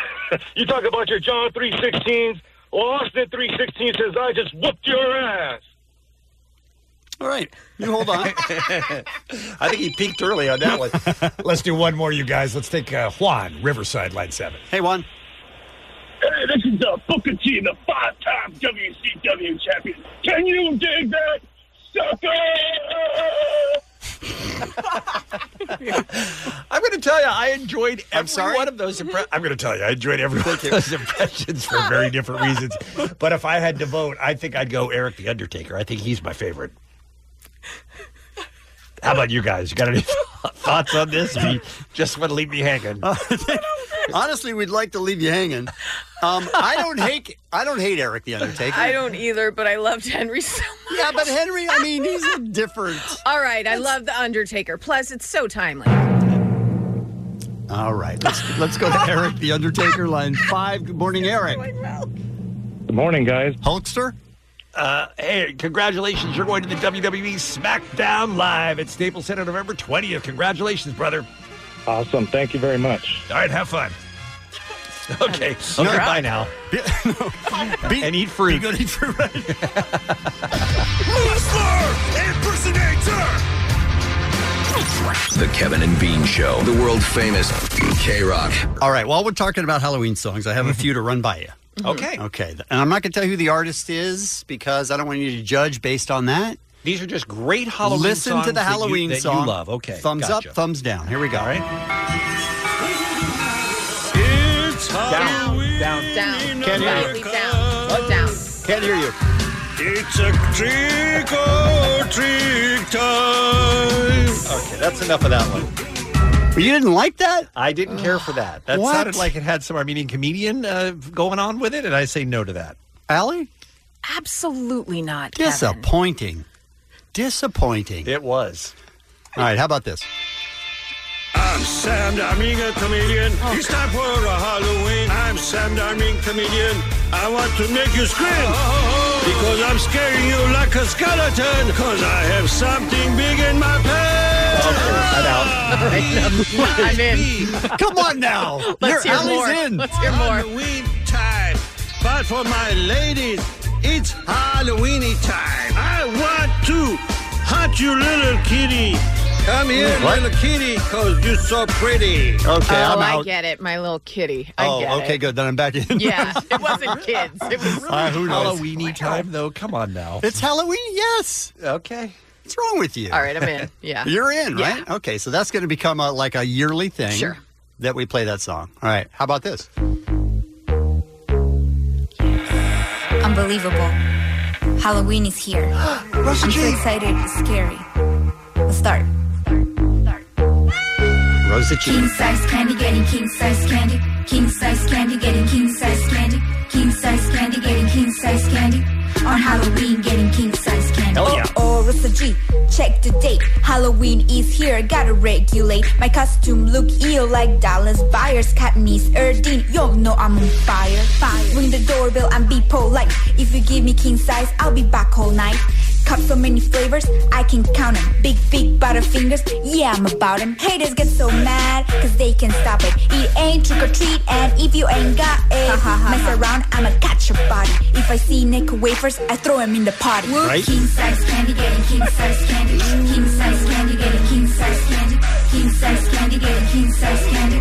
you talk about your John three sixteens. Well, Austin three sixteen says I just whooped your ass. All right. You hold on. I think he peaked early on that one. Let's do one more, you guys. Let's take uh, Juan, Riverside, line seven. Hey, Juan. Hey, this is uh, Booker T, the five-time WCW champion. Can you dig that, sucker? I'm going to tell you, I enjoyed every one of those. Impre- I'm going to tell you, I enjoyed every one of those impressions for very different reasons. But if I had to vote, I think I'd go Eric the Undertaker. I think he's my favorite. How about you guys? You got any thoughts on this? Or you just want to leave me hanging? Honestly, we'd like to leave you hanging. Um, I don't hate. I don't hate Eric the Undertaker. I don't either, but I loved Henry so much. Yeah, but Henry, I mean, he's a different. All right, I love The Undertaker. Plus, it's so timely. All right, let's let's go to Eric the Undertaker, line five. Good morning, Eric. Good morning, guys. Hulkster. Uh, hey, congratulations. You're going to the WWE SmackDown Live at Staples Center November 20th. Congratulations, brother. Awesome. Thank you very much. All right, have fun. Okay. No, okay, you're bye out. now. and eat fruit. Wrestler impersonator. The Kevin and Bean Show, the world famous K Rock. All right, while we're talking about Halloween songs, I have a few to run by you. Okay. Okay, and I'm not going to tell you who the artist is because I don't want you to judge based on that. These are just great Halloween Listen songs to the that you- Halloween that you song. love. Okay, Thumbs gotcha. up, thumbs down. Here we go. All right. It's Down, down, down. Can't hear Slightly down. Down. Can't hear you. Oh, It's a trick or treat time. Okay, that's enough of that one. You didn't like that? I didn't care for that. That What? sounded like it had some Armenian comedian uh, going on with it, and I say no to that. Allie? Absolutely not. Kevin. Disappointing. Disappointing. It was. All right, how about this? I'm Sam Darming, a comedian. it's time for a Halloween. I'm Sam Darming, comedian. I want to make you scream. Because I'm scaring you like a skeleton. Because I have something big in my pants. Oh, Ah, I'm out. I'm in. Come on now. Let's You're- hear Allie's more. in. Let's hear more. Halloween time. But for my ladies, it's Halloweeny time. I want to hunt you, little kitty. Come here, What? little kitty, because you're so pretty. Okay, oh, I get it. My little kitty. I get Oh, it. okay, good. Then I'm back in. Yeah, it wasn't kids. It was Uh, who knows? Halloweeny time, though. Come on now. It's Halloween, yes. Okay. What's wrong with you? All right, I'm in. Yeah. You're in, Yeah. right? Okay, so that's going to become a, like a yearly thing Sure. that we play that song. All right, how about this? Unbelievable. Halloween is here. I'm so excited. It's scary. Let's start. Rosa King Cheese. size candy getting king size candy. King size candy getting king size candy. King size candy getting king size candy. On Halloween getting king size candy. Hell yeah. Oh, oh, Rosa G, check the date. Halloween is here, gotta regulate. My costume look ill like Dallas Buyers. Katniss Erdine, y'all know I'm on fire. Fire. Ring the doorbell and be polite. If you give me king size, I'll be back all night. Cup so many flavors, I can count 'em. Big, big butterfingers, yeah, I'm about 'em. Haters get so mad, cause they can't stop it. It ain't trick or treat, and if you ain't got it, mess around, I'ma catch your body. If I see naked wafers, I throw 'em in the potty. Right. King size candy, getting king size candy. King size candy, getting king size candy. King size candy, getting king size candy.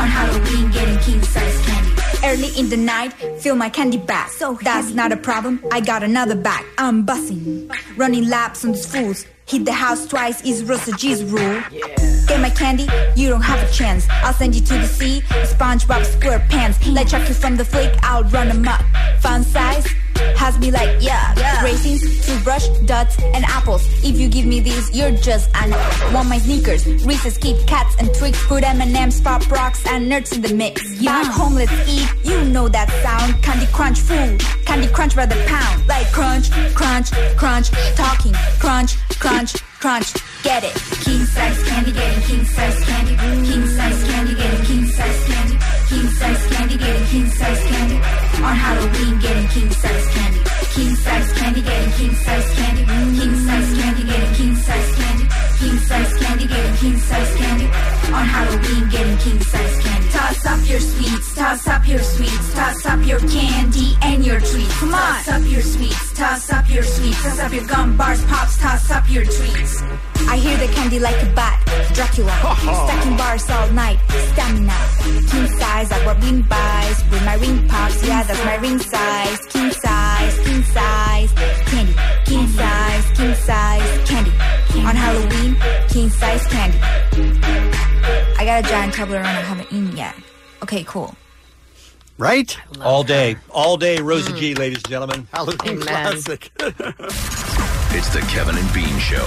On Halloween, getting king size candy. Early in the night, fill my candy bag. So that's not a problem. I got another bag. I'm bussing, running laps on these fools. Hit the house twice is Rosa G's rule. Get my candy, you don't have a chance. I'll send you to the sea, SpongeBob SquarePants. Like Chucky from the flick, I'll run amok. Fun size has me like yeah, raisins, toothbrush, dots, and apples. If you give me these, you're just an. Want my sneakers, Reese's, Kit Kats, and Twix. Put M&Ms, Pop Rocks, and nerds in the mix. Back home, let's eat. You know that sound. Candy Crunch food, Candy Crunch by the pound. Like crunch, crunch, crunch, talking, crunch, crunch, crunch. Get it? King size candy, getting king size candy. King size candy, getting king size candy. King size candy, getting king size candy. On Halloween, getting king size candy. King size candy, getting king size candy. King size candy, getting king size candy. King size candy, getting king size candy. On Halloween, getting king size candy. Toss up your sweets, toss up your sweets, toss up your candy and your treats. Come on, toss up your sweets, toss up your sweets, toss up your gum bars, pops, toss up your treats. I hear the candy like a bat, Dracula, stuck in bars all night, stamina. King size, I wear ring buys with my ring pops, yeah, that's my ring size. King size, king size, candy, king size, king size, candy. On Halloween, king size candy. I got a giant Toblerone I haven't eaten yet. Okay, cool. Right? All day. All day, Rosa Mm. G, ladies and gentlemen. Halloween Amen. classic. It's the Kevin and Bean Show.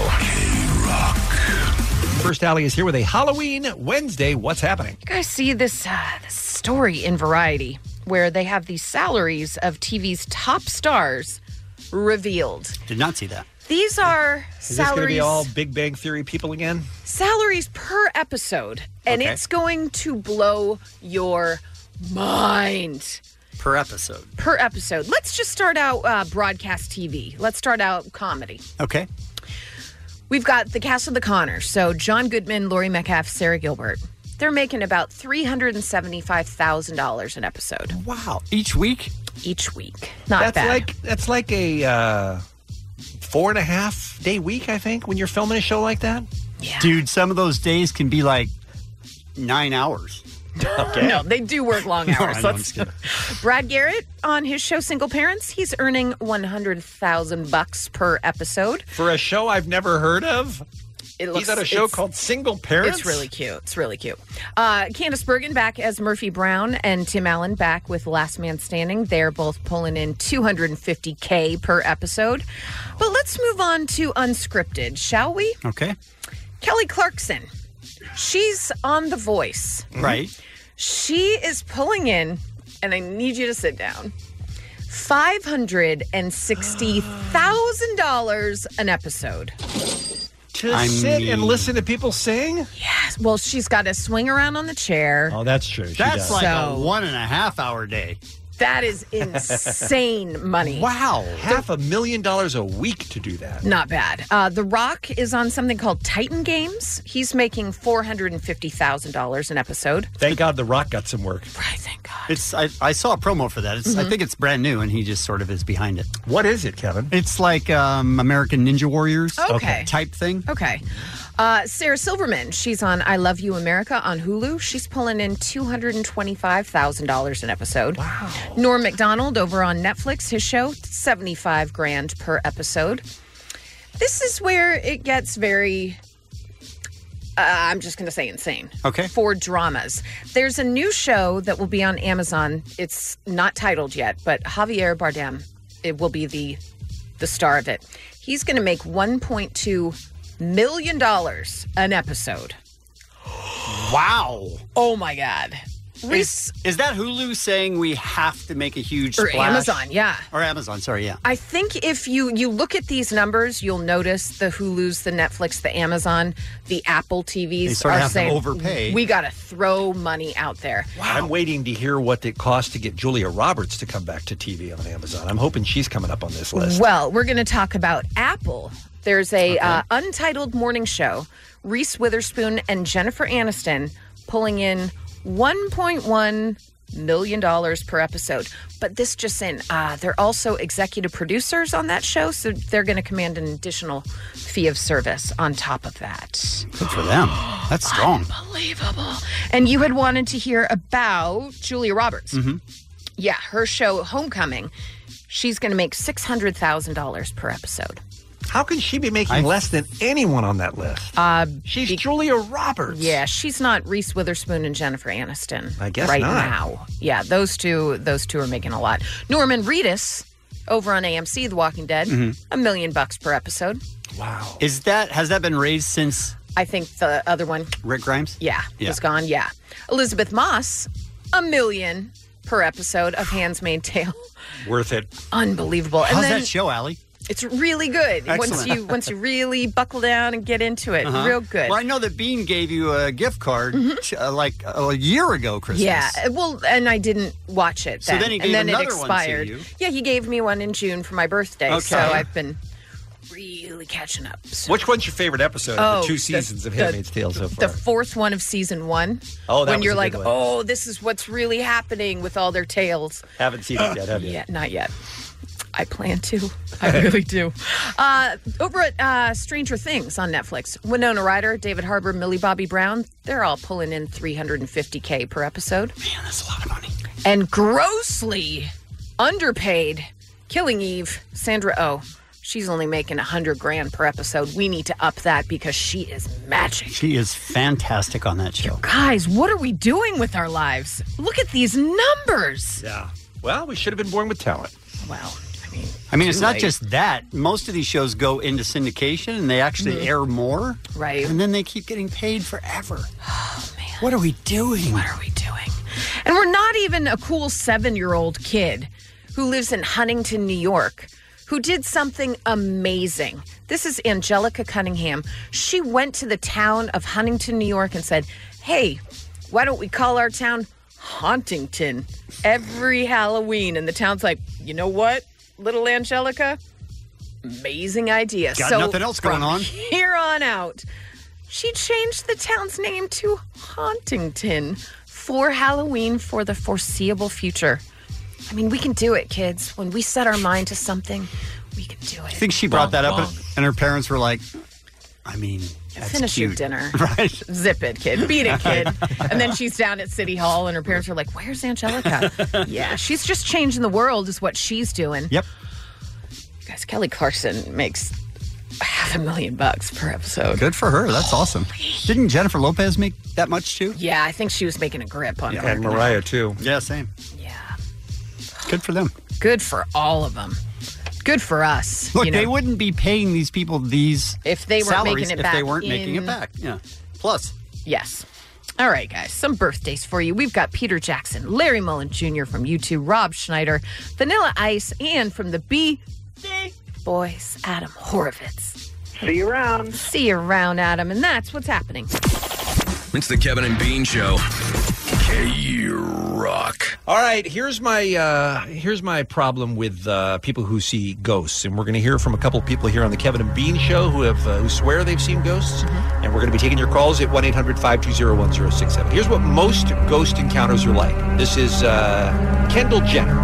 First Alley is here with a Halloween Wednesday. What's happening? You guys see this, uh, this story in Variety where they have the salaries of TV's top stars revealed. Did not see that. These are Is this going to salaries be all Big Bang Theory people again? salaries per episode, and Okay. it's going to blow your mind Per episode. per episode. Let's just start out uh, broadcast TV. Let's start out comedy. Okay. We've got the cast of the Connors. So John Goodman, Laurie Metcalf, Sarah Gilbert. They're making about three hundred and seventy-five thousand dollars an episode. Wow! Each week? Each week. Not that's bad. like that's like a uh, four and a half day week, I think, when you're filming a show like that. Dude, some of those days can be like nine hours. Okay. No, they do work long No, I hours. know, I'm Let's- just kidding. Brad Garrett on his show Single Parents, he's earning one hundred thousand bucks per episode. For a show I've never heard of, It he's on a show it's- called Single Parents. It's really cute. It's really cute. Uh, Candace Bergen back as Murphy Brown and Tim Allen back with Last Man Standing. They're both pulling in 250K per episode. But let's move on to unscripted, shall we? Okay. Kelly Clarkson. She's on The Voice. Right. She is pulling in, and I need you to sit down. Five hundred and sixty thousand dollars an episode. To sit and listen to people sing. Yes. Well, she's got to swing around on the chair. Oh, that's true. She That's does. like So- a one and a half hour day. That is insane money. Wow. Half a million dollars a week to do that. Not bad. Uh, the Rock is on something called Titan Games. He's making four hundred and fifty thousand dollars an episode. Thank God The Rock got some work. Right, thank God. It's I, I saw a promo for that. It's, I Mhm. think it's brand new, and he just sort of is behind it. What is it, Kevin? It's like um, American Ninja Warriors Okay. type thing. Okay. Uh, Sarah Silverman, she's on I Love You America on Hulu. She's pulling in $225,000 an episode. Wow. Norm MacDonald over on Netflix, his show, 75 grand per episode. This is where it gets very uh, I'm just going to say insane. Okay. For dramas. There's a new show that will be on Amazon. It's not titled yet, but Javier Bardem it will be the the star of it. He's going to make 1.2 million dollars an episode. Wow. Oh my god. Reese Is, is that Hulu saying we have to make a huge or splash? Amazon, yeah. Or Amazon, sorry, yeah. I think if you you look at these numbers, you'll notice the Hulu's, the Netflix, the Amazon, the Apple TVs They sort of are have to saying overpay. we got to throw money out there. I'm waiting to hear what it costs to get Julia Roberts to come back to TV on Amazon. I'm hoping she's coming up on this list. Well, we're going to talk about Apple. There's a uh, untitled morning show. Reese Witherspoon and Jennifer Aniston pulling in 1.1 million dollars per episode. But this just in, uh, they're also executive producers on that show, so they're going to command an additional fee of service on top of that. Good for them. That's strong. Unbelievable. And you had wanted to hear about Julia Roberts. Mm-hmm. Yeah, her show Homecoming. She's going to make $600,000 per episode. How can she be making less than anyone on that list? Uh, she's Julia Roberts. Yeah, she's not Reese Witherspoon and Jennifer Aniston. I guess right not. now. Yeah, those two. Those two are making a lot. Norman Reedus over on AMC, The Walking Dead, Mhm. a million bucks per episode. Is that has that been raised since I think the other one, Rick Grimes? yeah, Yeah. was gone. Yeah, Elizabeth Moss, a million per episode of Handmaid's Tale. Worth it. Unbelievable. And How's then- that show, Allie? It's really good once Excellent. you once you really buckle down and get into it. Uh-huh. Real good. Mm-hmm. Well, I know that Bean gave you a gift card uh, like a year ago, Christmas. Yeah, uh, well, and I didn't watch it. So Then. then he and gave then it another one to expired. you. Yeah, he gave me one in June for my birthday, so Okay. I've been really catching up. Which one's your favorite episode Oh, of the the- two seasons of the- Handmaid's Tale so far? The fourth one of season one. Oh, that when was you're a good one. like, oh, this is what's really happening with all their tales. Haven't seen it yet, have you? Yeah, not yet. I plan to. I really do. Uh, over at uh, Stranger Things on Netflix, Winona Ryder, David Harbour, Millie Bobby Brown, they're all pulling in 350K per episode. Man, that's a lot of money. And grossly underpaid Killing Eve, Sandra Oh. She's only making 100 grand per episode. We need to up that because she is magic. She is fantastic on that show. Guys, what are we doing with our lives? Look at these numbers. Yeah. Well, we should have been born with talent. Wow. I mean, it's Too not late. just that. Most of these shows go into syndication and they actually Mhm. air more. Right. Oh, And then they keep getting paid forever. What are we doing? What are we doing? And we're not even a cool seven year old kid who lives in Huntington, New York, who did something amazing. This is Angelica Cunningham. She went to the town of Huntington, New York and said, Hey, why don't we call our town Hauntington every Halloween? And the town's like, You know what, little Angelica? Amazing idea. Got so nothing else going from on. Here on out. She changed the town's name to Hauntington for Halloween for the foreseeable future. I mean, we can do it, kids. When we set our mind to something, I think she brought that up, Wrong. and, and her parents were like, I mean, that's finish your cute. dinner. Right. Zip it, kid. Beat it, kid. and then she's down at City Hall, and her parents are like, Where's Angelica? yeah, she's just changing the world, is what she's doing. Yep. Guys, Kelly Clarkson makes half a million bucks per episode. Oh, Good for her. That's awesome. Didn't Jennifer Lopez make that much too? Yeah, I think she was making a grip on Yeah. American And Mariah, too. Yeah, same. Yeah. Good for them. Good for all of them. Good for us. Look, you know? they wouldn't be paying these people these if they weren't salaries making it if back. they weren't making in- it back. Yeah. Plus, Yes. All right, guys, some birthdays for you. We've got Peter Jackson, Larry Mullen Jr. from U2, Rob Schneider, Vanilla Ice, and from the B Boys, Adam Horovitz. See you around. See you around, Adam. And that's what's happening. It's the Kevin and Bean Show. K You rock. All right, here's my uh, here's my problem with uh, people who see ghosts, and we're going to hear from a couple of people here on the Kevin and Bean Show who have uh, who swear they've seen ghosts, Mm-hmm. and we're going to be taking your calls at one 1067 Here's what most ghost encounters are like. This is uh, Kendall Jenner.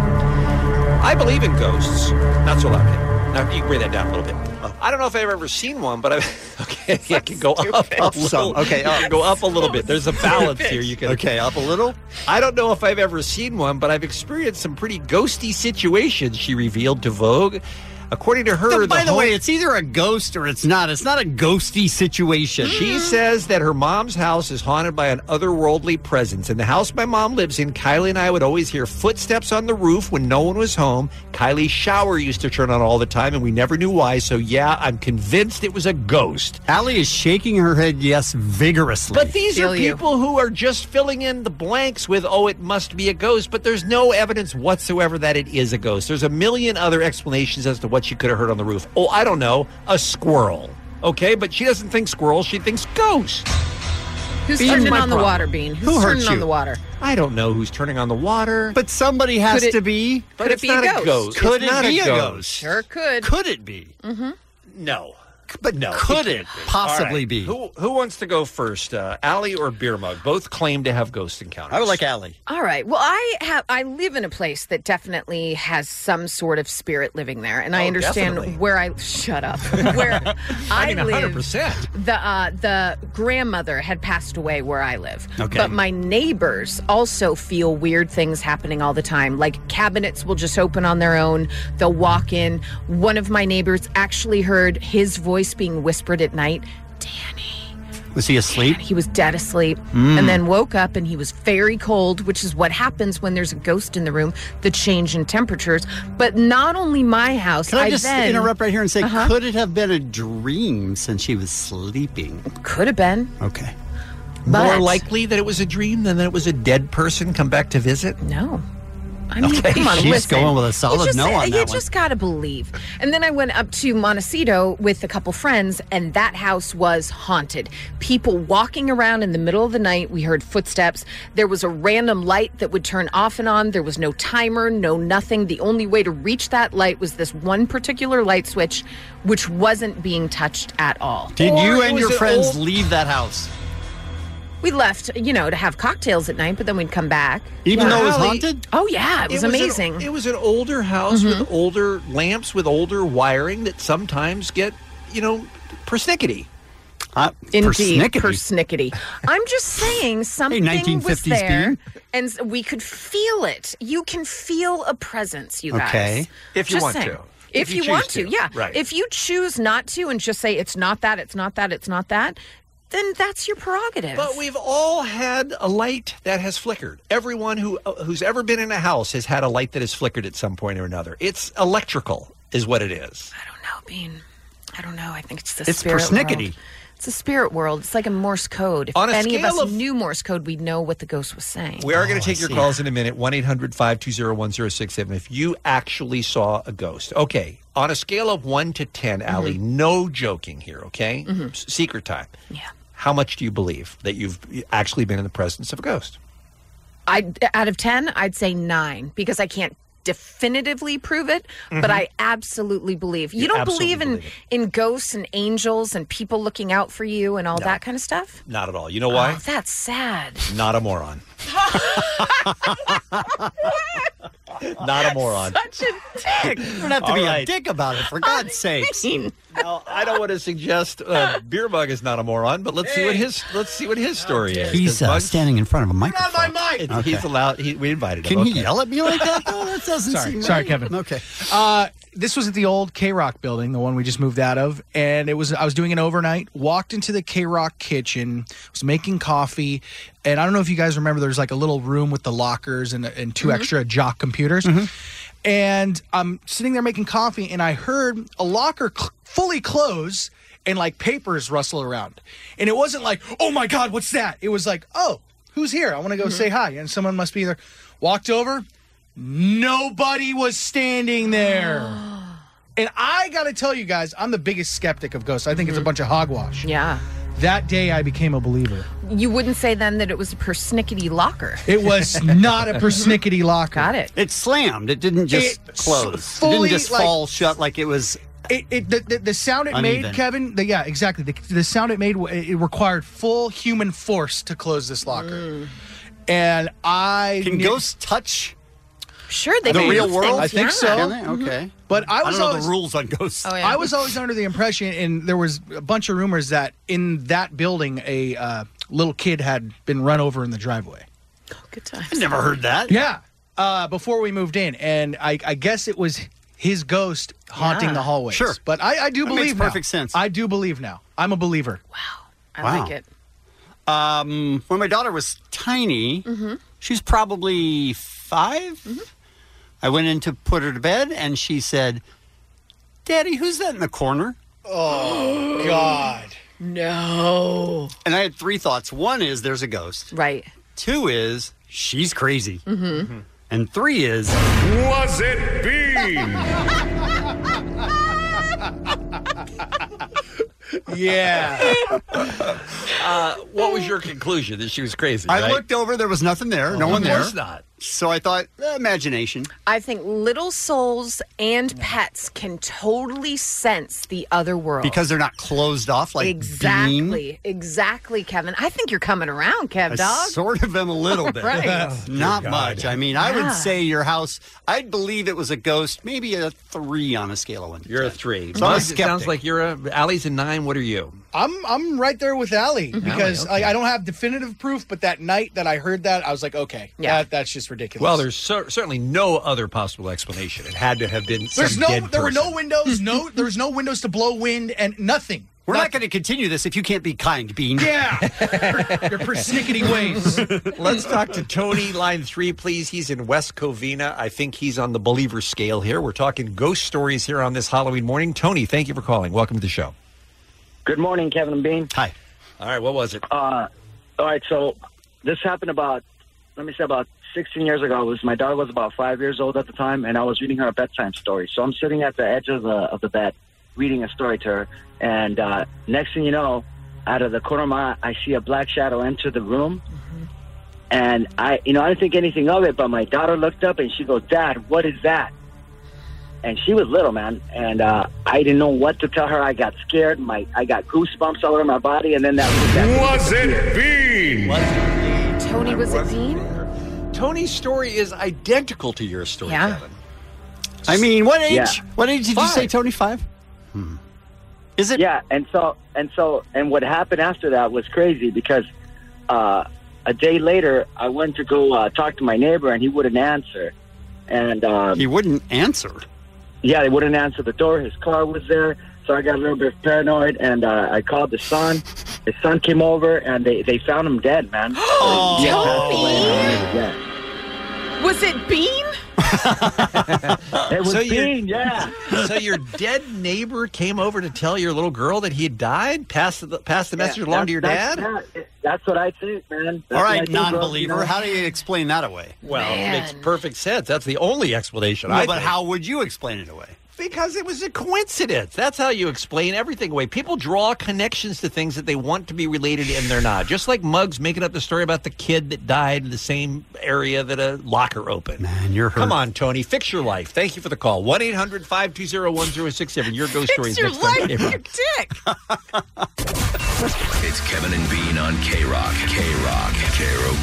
I believe in ghosts. Not so loud. Ken. Now you can bring that down a little bit. Oh. I don't know if I've ever seen one, but I've okay. I can go up, Up up some. some. Okay, uh, up. go up a little bit. There's a balance here. You can Okay, up a little. I don't know if I've ever seen one, but I've experienced some pretty ghosty situations. She revealed to Vogue. According to her, by the home- way, it's either a ghost or it's not. It's not a ghosty situation. She says that her mom's house is haunted by an otherworldly presence. In the house my mom lives in, Kylie and I would always hear footsteps on the roof when no one was home. Kylie's shower used to turn on all the time, and we never knew why. So, yeah, I'm convinced it was a ghost. Allie is shaking her head yes vigorously. But these are people who are just filling in the blanks with, oh, it must be a ghost, but there's no evidence whatsoever that it is a ghost. There's a million other explanations as to what she could have heard on the roof. Oh, I don't know, a squirrel. Okay, but she doesn't think squirrel, she thinks ghost. Who's Bean, turning my on the problem. water, Bean? Who's Who hurt turning on you? the water? I don't know who's turning on the water. But somebody has Could it- to be. could it it's be a not ghost? Could It's it not be a ghost. ghost? Sure could. Could it be? Mm-hmm. No. But no. Could it can't possibly All right. be? Who, who wants to go first? Uh, Allie or Beer Mug? Both claim to have ghost encounters. I would like Allie. All right. Well, I have. I live in a place that definitely has some sort of spirit living there, and I Oh, understand definitely. where I shut up. Where I, I mean, live, 100%. the uh, the grandmother had passed away where I live. Okay. But my neighbors also feel weird things happening all the time. Like cabinets will just open on their own. They'll walk in. One of my neighbors actually heard his voice being whispered at night. Was he asleep? He was dead asleep Mm. and then woke up and he was very cold, which is what happens when there's a ghost in the room, the change in temperatures. But not only my house, Can I just then- interrupt right here and say, Uh-huh. could it have been a dream since she was sleeping? Could have been. Okay. More But- likely that it was a dream than that it was a dead person come back to visit? No. I mean, Okay, come on, she's listen. going with a You solid just- no on You that one. just gotta believe. And then I went up to Montecito with a couple friends, and that house was haunted. People walking around in the middle of the night. We heard footsteps. There was a random light that would turn off and on. There was no timer, no nothing. The only way to reach that light was this one particular light switch, which wasn't being touched at all. Did you and your friends leave that house? We left, you know, to have cocktails at night, but then we'd come back. Even though it was Wow. haunted? Oh, yeah. It was, an- amazing. Mm-hmm. it was an older house with older lamps with older wiring that sometimes get, you know, persnickety. Uh, Indeed, persnickety. I'm just saying something was 1950s there, Bean. and s- we could feel it. You can feel a presence, you guys. Okay. If you Just want saying. to. If, If you you, want choose to, to. yeah. Right. If you choose not to and just say it's not that, it's not that, it's not that, then that's your prerogative. But we've all had a light that has flickered. Everyone who uh, who's ever been in a house has had a light that has flickered at some point or another. It's electrical, is what it is. I mean, I don't know. I think it's the It's spirit persnickety. world. It's the spirit world. It's like a Morse code. If On a any of scale Oh, us knew Morse code, we'd know what the ghost was saying. We are going to take your calls in a minute 1 800 520 1067 if you actually saw a ghost. Okay, on a scale of 1 to 10, Mm-hmm. Allie, no joking here, okay? Mhm. S- Secret time. Yeah. How much do you believe that you've actually been in the presence of a ghost? I out of 10, I'd say 9 because I can't definitively prove it, Mhm. but I absolutely believe. You, You don't absolutely believe in in ghosts and angels and people looking out for you and all that kind of stuff? Not at all. You know why? Oh, that's sad. Not a moron. Not a moron. Such a dick. You don't have to All be a right. dick about it, for God's sakes. Now, I don't want to suggest uh, Beer Mug is not a moron, but let's see what his let's see what his story is. 'cause He's uh, Mug's- standing in front of a microphone. It's- Okay. He's allowed. He, we invited him. Can he okay. yell at me like that, though? That doesn't Sorry. seem Sorry, right. Kevin. Okay. Uh, this was at the old K Rock building, the one we just moved out of, and it was I was doing an overnight. Walked into the K Rock kitchen, was making coffee, and I don't know if you guys remember. There's like a little room with the lockers and and 2 Mm-hmm. Mhm. extra jock computers. And I'm sitting there making coffee, and I heard a locker cl- fully close and like papers rustle around. And it wasn't like, oh my god, what's that? It was like, oh, who's here? I want to Mm-hmm. go say hi, and someone must be there. Walked over. Nobody was standing there. And I got to tell you guys, I'm the biggest skeptic of ghosts. I think it's a bunch of hogwash. Mm-hmm. Yeah. That day I became a believer. You wouldn't say then that it was a persnickety locker. It was not a persnickety locker. Got it. It slammed. It didn't just It close. fully, it didn't just like- fall shut like it was. It, it the, the, the sound it Uneven. made, Kevin. The, yeah, exactly. The, the sound it made it required full human force to close this locker, and I Can knew- ghosts touch? Sure, they The can real move world? things I think around. so. Mm-hmm. Can they? Okay. but I I was don't know the always, rules on ghosts. Oh, yeah. I was always under the impression, and there was a bunch of rumors that in that building, a uh, little kid had been run over in the driveway. Good times. I've never heard that. Yeah, uh, before we moved in, and I, I guess it was his ghost haunting Yeah. the hallways. Sure. but I, I do That makes believe perfect sense. I do believe now. I'm a believer. I Wow. like it. Um, when my daughter was tiny, she's probably 5 I went in to put her to bed, and she said, "Daddy, who's that in the corner?" Oh God. No. And I had three thoughts. One is there's a ghost. Right. Two is she's crazy. Mm-hmm. And three is Was it Bean? yeah. Uh, what was your conclusion that she was crazy? I right? looked over, there was nothing there, no Of one there. course not. So I thought eh, imagination. I think little souls and pets can totally sense the other world. Because they're not closed off like Bean. exactly, exactly, Kevin. I think you're coming around, Kev. I Dog. sort of am a little bit. Right. Not Dear God. much. I mean, I Yeah. would say your house, I'd believe it was a ghost, maybe a three on a scale of one. You're a three. So I'm a Mine skeptic. sounds like you're a Allie's a nine. What are you? I'm I'm right there with Allie Mm-hmm. because okay. like, I don't have definitive proof, but that night that I heard that, I was like, okay, that, that's just ridiculous. Well, there's cer- certainly no other possible explanation. It had to have been. There's some no dead there were no person. windows, no there's no windows to blow wind and nothing. We're not going to continue this if you can't be kind, Bean. Yeah. Your persnickety ways. Let's talk to Tony, line three, please. He's in West Covina. I think he's on the believer scale here. We're talking ghost stories here on this Halloween morning. Tony, thank you for calling. Welcome to the show. Good morning, Kevin and Bean. Hi. All right, what was it? Uh, all right, so this happened about, let me say, about 16 years ago. It was my daughter was about five years old at the time, and I was reading her a bedtime story. So I'm sitting at the edge of the of the bed, reading a story to her, and uh, next thing you know, out of the corner of my eye, I see a black shadow enter the room. And I, you know, I didn't think anything of it, but my daughter looked up and she goes, "Dad, what is that?" and she was little, man. And uh, I didn't know what to tell her. I got scared. My I got goosebumps all over my body, and then that. that Was it Bean? Was it Bean? Tony, was it Bean? Tony's story is identical to your story, Kevin. I mean, what age? Yeah. What age did you say, Tony? Five? Is it? Yeah, and so and so and what happened after that was crazy because uh, a day later I went to go uh, talk to my neighbor, and he wouldn't answer. And um, he wouldn't answer. Yeah, they wouldn't answer the door. His car was there, so I got a little bit paranoid, and uh, I called the son. His son came over, and they they found him dead, man. Oh, He had Tony! passed away. Yeah. Was it Bean? It was So you're- Bean, yeah. so your dead neighbor came over to tell your little girl that he had died. Pass the pass the message Yeah, along to that's- your that's- dad. yeah, that's what I think, man. That's what All I right, think, bro, you non-believer. know? How do you explain that away? Well, it makes perfect sense. That's the only explanation. No, I but think. how would you explain it away? Because it was a coincidence. That's how you explain everything away. People draw connections to things that they want to be related and they're not. Just like Muggs making up the story about the kid that died in the same area that a locker opened. Man, you're Come on, Tony. Fix your life. Thank you for the call. 1 800 520 1067. Your ghost story is Your next time. life, Hey, you Rob. dick. It's Kevin and Bean on K Rock. K Rock. K R O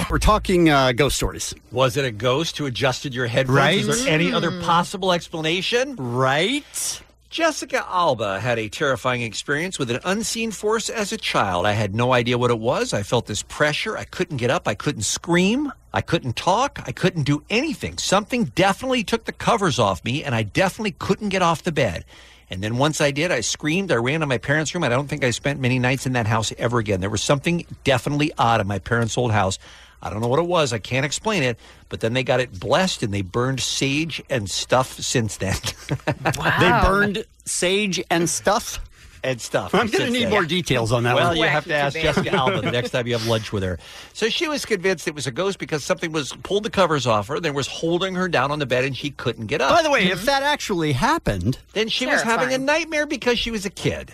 Q. We're talking uh, ghost stories. Was it a ghost who adjusted your headphones? Right. Is there any other possible explanation? Right. Jessica Alba had a terrifying experience with an unseen force as a child. I had no idea what it was. I felt this pressure. I couldn't get up. I couldn't scream. I couldn't talk. I couldn't do anything. Something definitely took the covers off me, and I definitely couldn't get off the bed. And then once I did, I screamed. I ran to my parents' room. I don't think I spent many nights in that house ever again. There was something definitely odd in my parents' old house. I don't know what it was. I can't explain it. But then they got it blessed and they burned sage and stuff since then. They burned sage and stuff. And stuff. I'm going to Since need then. more details on that well, one. you have to ask Jessica Alba the next time you have lunch with her. So she was convinced it was a ghost because something was pulled the covers off her, then was holding her down on the bed, and she couldn't get up. Mm-hmm. By the way, if that actually happened, then she was having a nightmare because she was a kid.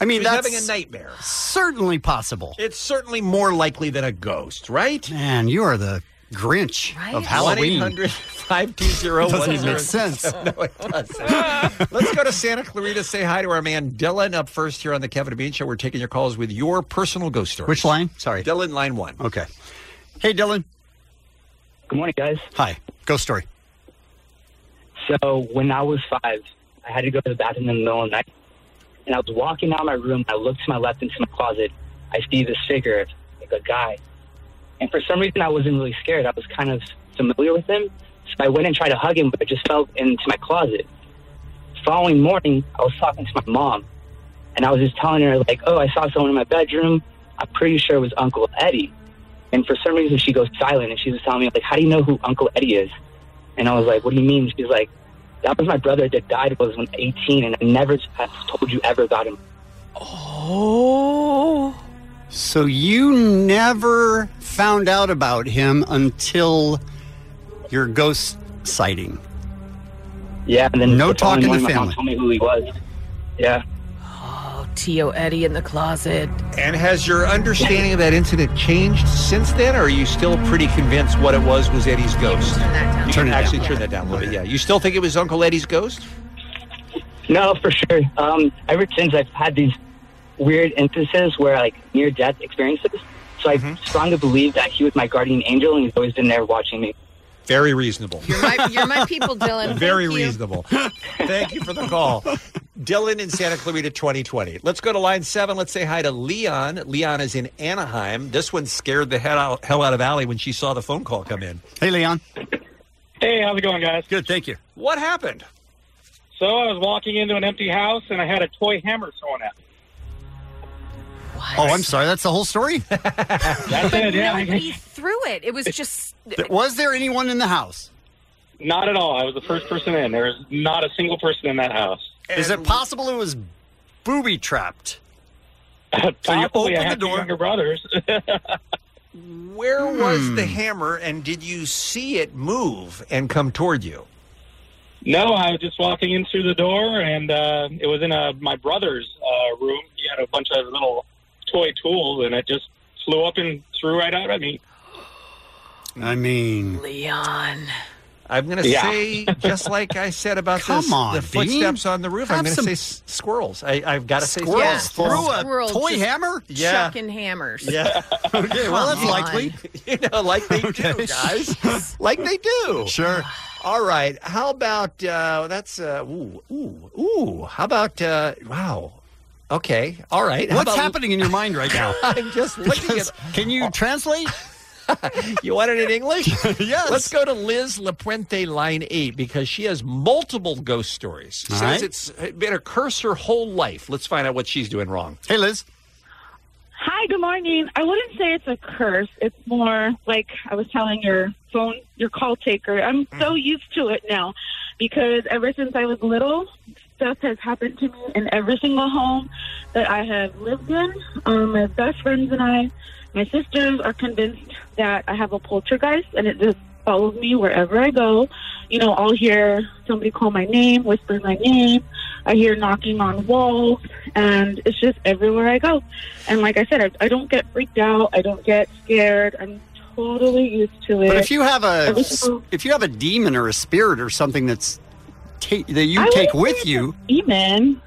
I He mean, was that's having a nightmare. Certainly possible. It's certainly more likely than a ghost, right? Man, you are the Grinch of Halloween. 520 Doesn't even make sense. No, it doesn't. Let's go to Santa Clarita. Say hi to our man Dylan up first here on the Kevin and Bean Show. We're taking your calls with your personal ghost story. Which line? Sorry. Dylan, line one. Okay. Hey, Dylan. Good morning, guys. Hi. Ghost story. So when I was five, I had to go to the bathroom in the middle of the night, and I was walking out of my room. I looked to my left into my closet. I see this figure, like a guy, and for some reason I wasn't really scared. I was kind of familiar with him, so I went and tried to hug him, but I just fell into my closet. Following morning, I was talking to my mom, and I was just telling her like, "Oh, I saw someone in my bedroom. I'm pretty sure it was Uncle Eddie." And for some reason, she goes silent, and she was telling me like, "How do you know who Uncle Eddie is?" And I was like, "What do you mean?" She's like, "That was my brother that died when I was 18, and I never t- I told you ever about him." Oh. So you never found out about him until your ghost sighting. Yeah, and then no the talking following to morning, my mom family. told me who he was. Yeah. Oh, Tio Eddie in the closet. And has your understanding of that incident changed since then, or are you still pretty convinced what it was was Eddie's ghost? You Turn can it down. actually turn that down a little bit. Yeah. You still think it was Uncle Eddie's ghost? No, for sure. Um, ever since I've had these weird instances where like near death experiences, so I Mm-hmm. strongly believe that he was my guardian angel, and he's always been there watching me. Very reasonable. You're my, you're my people, Dylan. Very reasonable. Thank you for the call. Dylan in Santa Clarita 2020. Let's go to line seven. Let's say hi to Leon. Leon is in Anaheim. This one scared the hell out, hell out of Allie when she saw the phone call come in. Hey, Leon. Hey, how's it going, guys? Good, thank you. What happened? So I was walking into an empty house and I had a toy hammer thrown at me. Oh, I'm sorry. That's the whole story? That's it, yeah. Nobody threw it. It was just. Was there anyone in the house? Not at all. I was the first person in. There was not a single person in that house. Is it possible it was booby trapped? so you I opened the had two door. younger brothers. Where was the hammer, and did you see it move and come toward you? no, I was just walking in through the door and uh, it was in uh my brother's uh, room. He had a bunch of little toy tools and it just flew up and threw right out at me. I mean, Leon. I'm going to Yeah. say, just like I said about Come this, on, the Dean. footsteps on the roof, I'm Have going to some- say s- squirrels. I, I've got to say Squirrels Yeah, squirrels. squirrel just Yeah. Chucking hammers. Yeah. okay, well, that's Come on. likely. you know, like they do, guys. like they do. Sure. All right. How about uh that's uh ooh, ooh, ooh. How about uh wow. Okay. All right. How What's about- happening in your mind right now? I'm just looking at Can you translate? Oh. you want it in English? yes. Let's go to Liz Lapuente, line eight, because she has multiple ghost stories. All Says right. it's been a curse her whole life. Let's find out what she's doing wrong. Hey, Liz. Hi, good morning. I wouldn't say it's a curse. It's more like I was telling your phone, your call taker. I'm so Mm. used to it now because ever since I was little, stuff has happened to me in every single home that I have lived in. Um, my best friends and I, my sisters are convinced that I have a poltergeist and it just follows me wherever I go. You know, I'll hear somebody call my name, whisper my name. I hear knocking on walls, and it's just everywhere I go. And like I said, I, I don't get freaked out. I don't get scared. I'm totally used to it. But if you have a Every single- if you have a demon or a spirit or something that's ta- that you I take wouldn't say with it's you, a demon.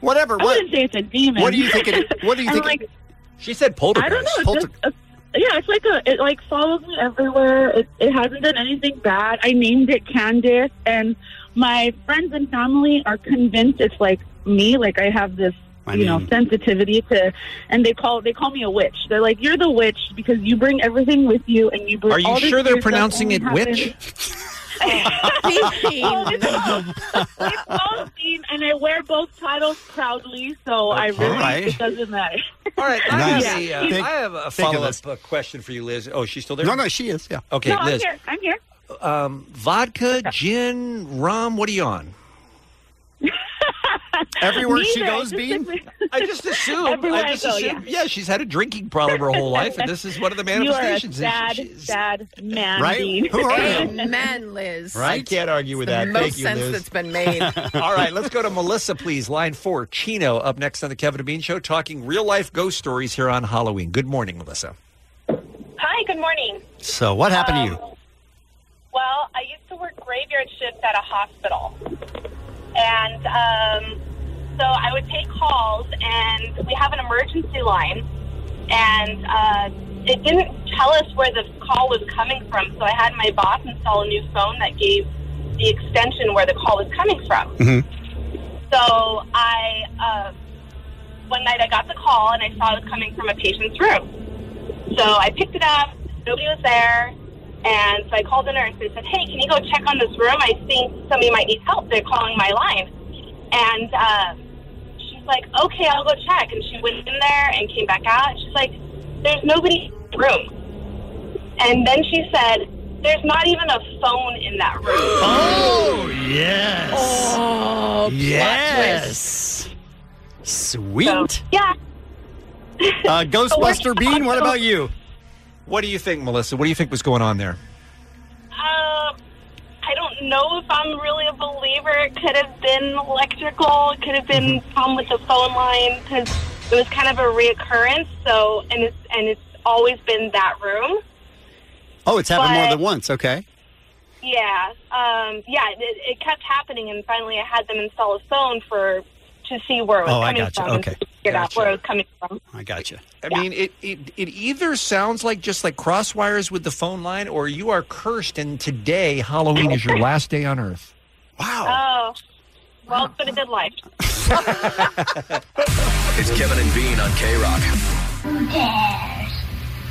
Whatever. I what- wouldn't say it's a demon. What do you think? It, what do you I'm think? like, She said I don't know. It's just a, yeah, it's like a it like follows me everywhere. It, it hasn't done anything bad. I named it Candace, and my friends and family are convinced it's like me. Like I have this. I you know mean- sensitivity to and they call they call me a witch they're like you're the witch because you bring everything with you and you bring Are you all this sure they're weird stuff pronouncing it and happens. witch? oh, it's both. It's both, Dean, and i wear both titles proudly so i Okay. really Alright. it doesn't matter all right I have, a, Yeah. uh, I have a Think of follow us. up uh, question for you, Liz. Oh, she's still there? No, no, she is. Yeah. Okay, no, Liz. I'm here. I'm here. Um, vodka, gin, rum. What are you on? Neither. I just stick with- I just assumed. Everywhere I just I go, assumed. Yeah. she's had a drinking problem her whole life, and this is one of the You are a manifestations. And sad, she- sad man. Right? Dean. Who are you? Amen, Liz. I can't argue with the that. most Thank you, sense Liz. that's been made. All right, let's go to Melissa, please. Line four, Chino, up next on the Kevin and Bean Show, talking real life ghost stories here on Halloween. Good morning, Melissa. Hi, good morning. Um, So, what happened to you? Well, I used to work graveyard shift at a hospital. And um, so I would take calls, and we have an emergency line. And uh, it didn't tell us where the call was coming from. So I had my boss install a new phone that gave the extension where the call was coming from. Mm-hmm. So I, uh, one night I got the call and I saw it was coming from a patient's room. So I picked it up. Nobody was there. And so I called the nurse and said, hey, can you go check on this room? I think somebody might need help. They're calling my line. And uh, she's like, okay, I'll go check. And she went in there and came back out. And she's like, there's nobody in the room. And then she said, there's not even a phone in that room. Oh, Yes. Oh, yes. Sweet. yeah. Uh, Ghostbuster Bean, what about you? What do you think, Melissa? What do you think was going on there? Uh, I don't know if I'm really a believer. It could have been electrical. It could have been Mm-hmm. problem with the phone line because it was kind of a reoccurrence. So, and it's and it's always been that room. Oh, it's happened more But- than once. Okay. Yeah, um, yeah. It, it kept happening, and finally, I had them install a phone for to see where it was Oh, I coming gotcha. from. and Okay. figure out where it was coming from. I gotcha. I mean, it, it it either sounds like just like cross wires with the phone line, or you are cursed, and today Halloween is your last day on Earth. Wow. Oh, well, it's been a good life. It's Kevin and Bean on K Rock. Who dares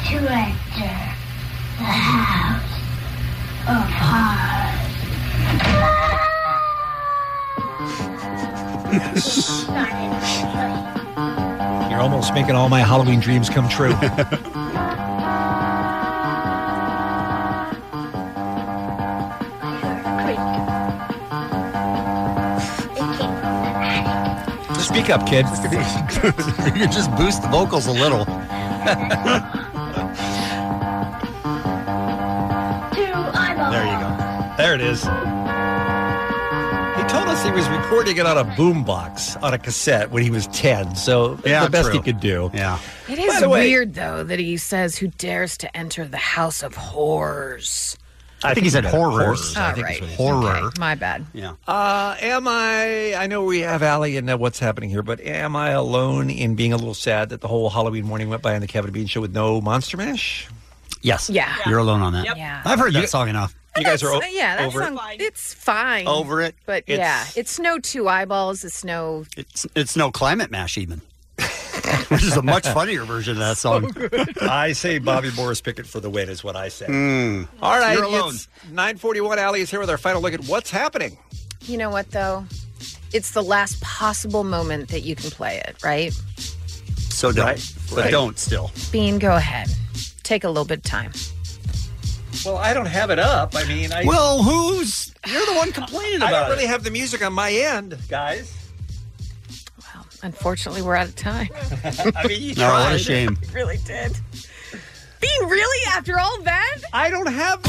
to enter the house Oh. of horrors? Yes. You're almost making all my Halloween dreams come true. Speak up, kid. you just boost the vocals a little. There you go. There it is. He told us he was recording it on a boombox on a cassette when he was 10, so it's Yeah, the best true. he could do. Yeah. It By is the way- weird, though, that he says, "Who dares to enter the house of horrors?" I think he said horrors. All I think right. is what he said. Horror. Okay, My bad. Yeah. Uh, am I? I know we have Allie and uh, what's happening here, but am I alone in being a little sad that the whole Halloween morning went by on the Kevin and Bean show with no Monster Mash? Yes. Yeah. You're alone on that. Yep. Yeah. I've heard that You- song enough. You guys are o- That's- yeah, that's over it? It's fine. Over it. But It's- yeah, it's no two eyeballs. It's no. It's, it's no climate mash even. Which is a much funnier version of that song. I say Bobby Morris Pickett for the win is what I say. Mm. All right, You're alone. it's 941. Allie is here with our final look at what's happening. You know what though? It's the last possible moment that you can play it. Right, So don't. But right. don't still. Bean. Go ahead. Take a little bit of time. Well, I don't have it up. I mean, I. Well, who's. You're the one complaining I about don't really it. have the music on my end, guys. Unfortunately, we're out of time. I mean, you No, Oh, what a tried. shame. You really did. Bean, really? After all that? I don't have.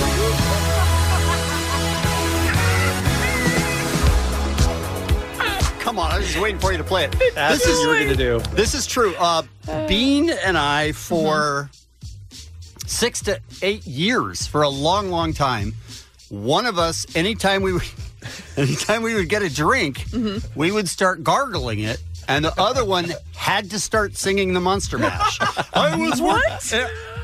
Come on, I was just waiting for you to play it. That's what you were gonna do. This is true. Uh, Bean and I, for six to eight years, for a long, long time, one of us, anytime we, anytime we would get a drink, we would start gargling it. And the other one had to start singing the Monster Mash. I was what?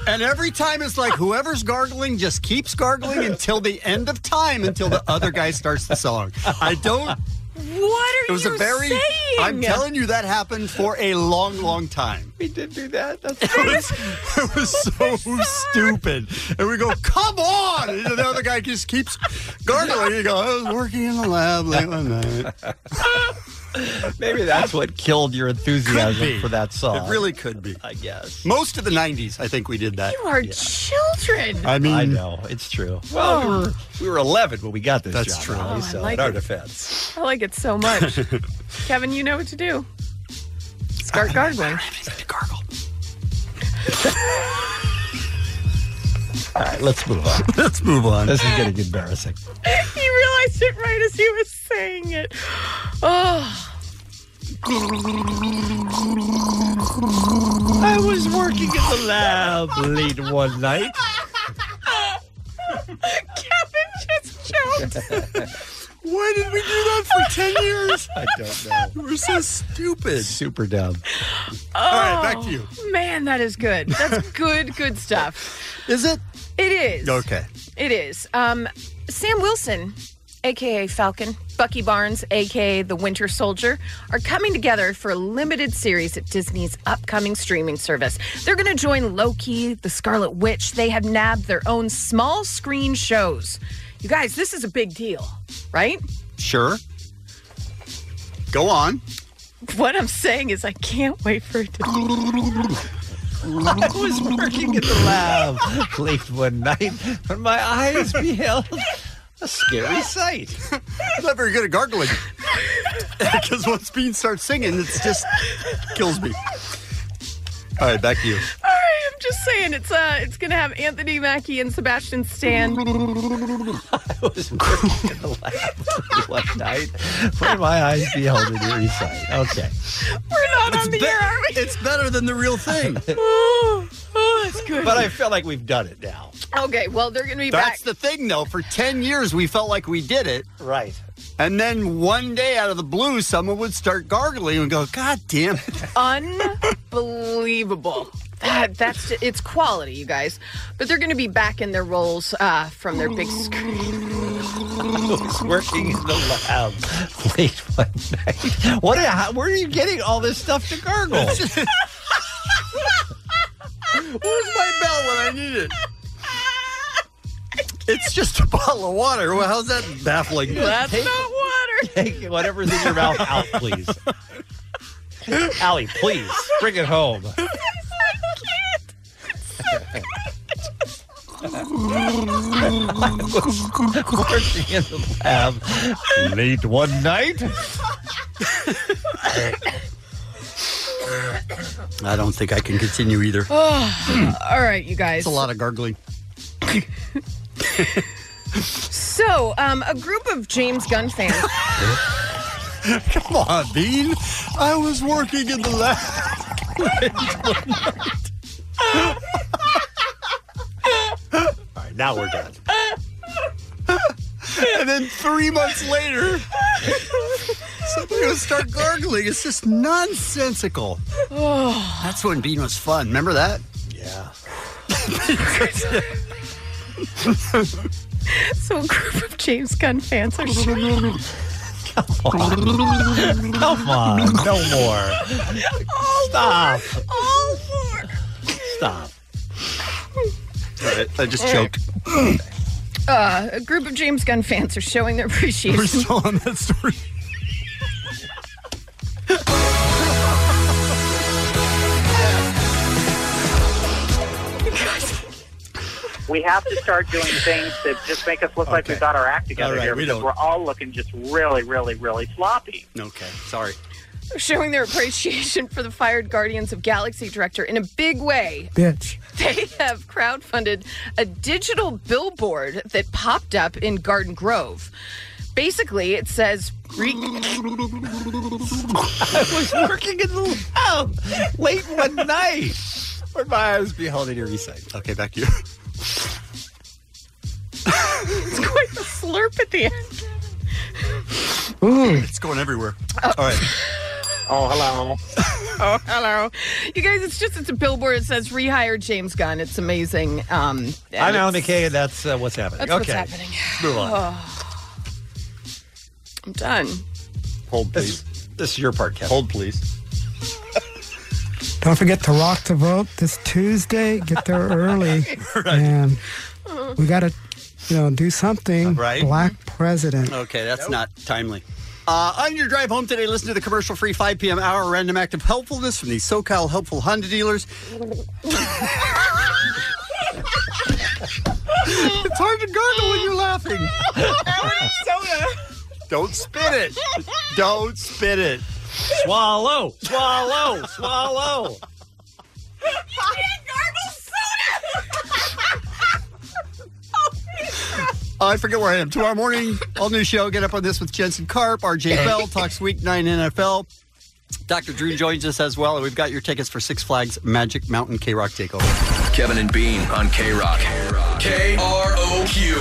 And every time it's like whoever's gargling just keeps gargling until the end of time until the other guy starts the song. I don't What are it was you a very. saying? I'm telling you, that happened for a long, long time. We did do that. That's it was, it was so stupid. And we go, come on! And the other guy just keeps gargling. You go, I was working in the lab late one night. Maybe that's what killed your enthusiasm be. for that song. It really could be. I guess. Most of the 90s, I think we did that. You are children. I mean, I know it's true. Oh. Well, we were we were 11 when we got this That's job, true. Ali, Oh, I so like in our it. defense, I like it so much. Kevin, you know what to do. Start gargling. All right, let's move on. let's move on. This is getting embarrassing. he realized it right as he was saying it. Oh. I was working at the lab late one night. Kevin just choked. Why did we do that for 10 years? I don't know. We're so stupid. Super dumb. Oh, All right, back to you. Man, that is good. That's good, good stuff. Is it? It is. Okay. It is. Um, Sam Wilson, aka Falcon, Bucky Barnes, aka the Winter Soldier, are coming together for a limited series at Disney's upcoming streaming service. They're going to join Loki, the Scarlet Witch. They have nabbed their own small screen shows. You guys, this is a big deal, right? Sure. Go on. What I'm saying is, I can't wait for it to. I was working at the lab late one night when my eyes beheld a scary sight. I'm not very good at gargling. Because once Bean starts singing, it's just kills me. All right, back to you. All right, I'm just saying it's uh it's gonna have Anthony Mackie and Sebastian Stan. One night when my eyes beheld an eerie sight. Okay. We're not on the air, are we? It's better than the real thing. oh, that's good. But I feel like we've done it now. Okay, well they're gonna be That's the back. thing, though. For 10 years, we felt like we did it. Right. And then one day out of the blue, someone would start gargling and go, God damn it. Unbelievable. That that's it's quality, you guys. But they're gonna be back in their roles uh from their big I screen. was working in the lab late Um, one night. What? a- how- where are you getting all this stuff to gargle? Where's my bell when I need it? It's just a bottle of water. Well, how's that baffling? That's not water. Take whatever's in your mouth out, please. Allie, please bring it home. working in the lab late one night. I don't think I can continue either. Oh, all right, you It's guys. a lot of gargling. So, um, a group of James Gunn fans Come on, Bean. I was working in the lab. All right, now we're done. and then three months later, somebody would start gargling. It's just nonsensical. That's when Bean was fun. Remember that? So a group of James Gunn fans are Come on, no more. Stop. All four. Stop. All right, I just All right. choked. Uh, a group of James Gunn fans are showing their appreciation. We're still on that story. We have to start doing things that just make us look like we've got our act together All right, here we because don't. we're all looking just really, really, really sloppy. Okay, sorry. They're showing their appreciation for the fired Guardians of Galaxy director in a big way. Bitch. They have crowdfunded a digital billboard that popped up in Garden Grove. Basically, it says. I was working in the lab late one night. Where my eyes beheld an eerie sight. Okay, back to you. It's quite a slurp at the end. It's going everywhere. All right. Oh, hello. Oh, hello. You guys, it's just, it's a billboard. It says rehire James Gunn. It's amazing. Um, and I'm Alan it's- McKay, and that's uh, what's happening. That's what's okay. happening. Let's move on. Oh. I'm done. Hold, please. This, this is your part, Kevin. Hold, please. Don't forget to rock the vote this Tuesday. Get there early. And we got to, you know, do something. Right. Black president. Okay, that's not timely. Uh, on your drive home today, listen to the commercial free 5 p.m. hour random act of helpfulness from the SoCal Helpful Honda Dealers. it's hard to gargle when you're laughing. Don't spit it. Don't spit it. Swallow, swallow, swallow. Oh, I forget where I am. Tomorrow morning, all new show. Get up on this with Jensen Karp, RJ Bell, Talks Week 9 NFL. Dr. Drew joins us as well, and we've got your tickets for Six Flags Magic Mountain K Rock Takeover. Kevin and Bean on K Rock. K R O Q.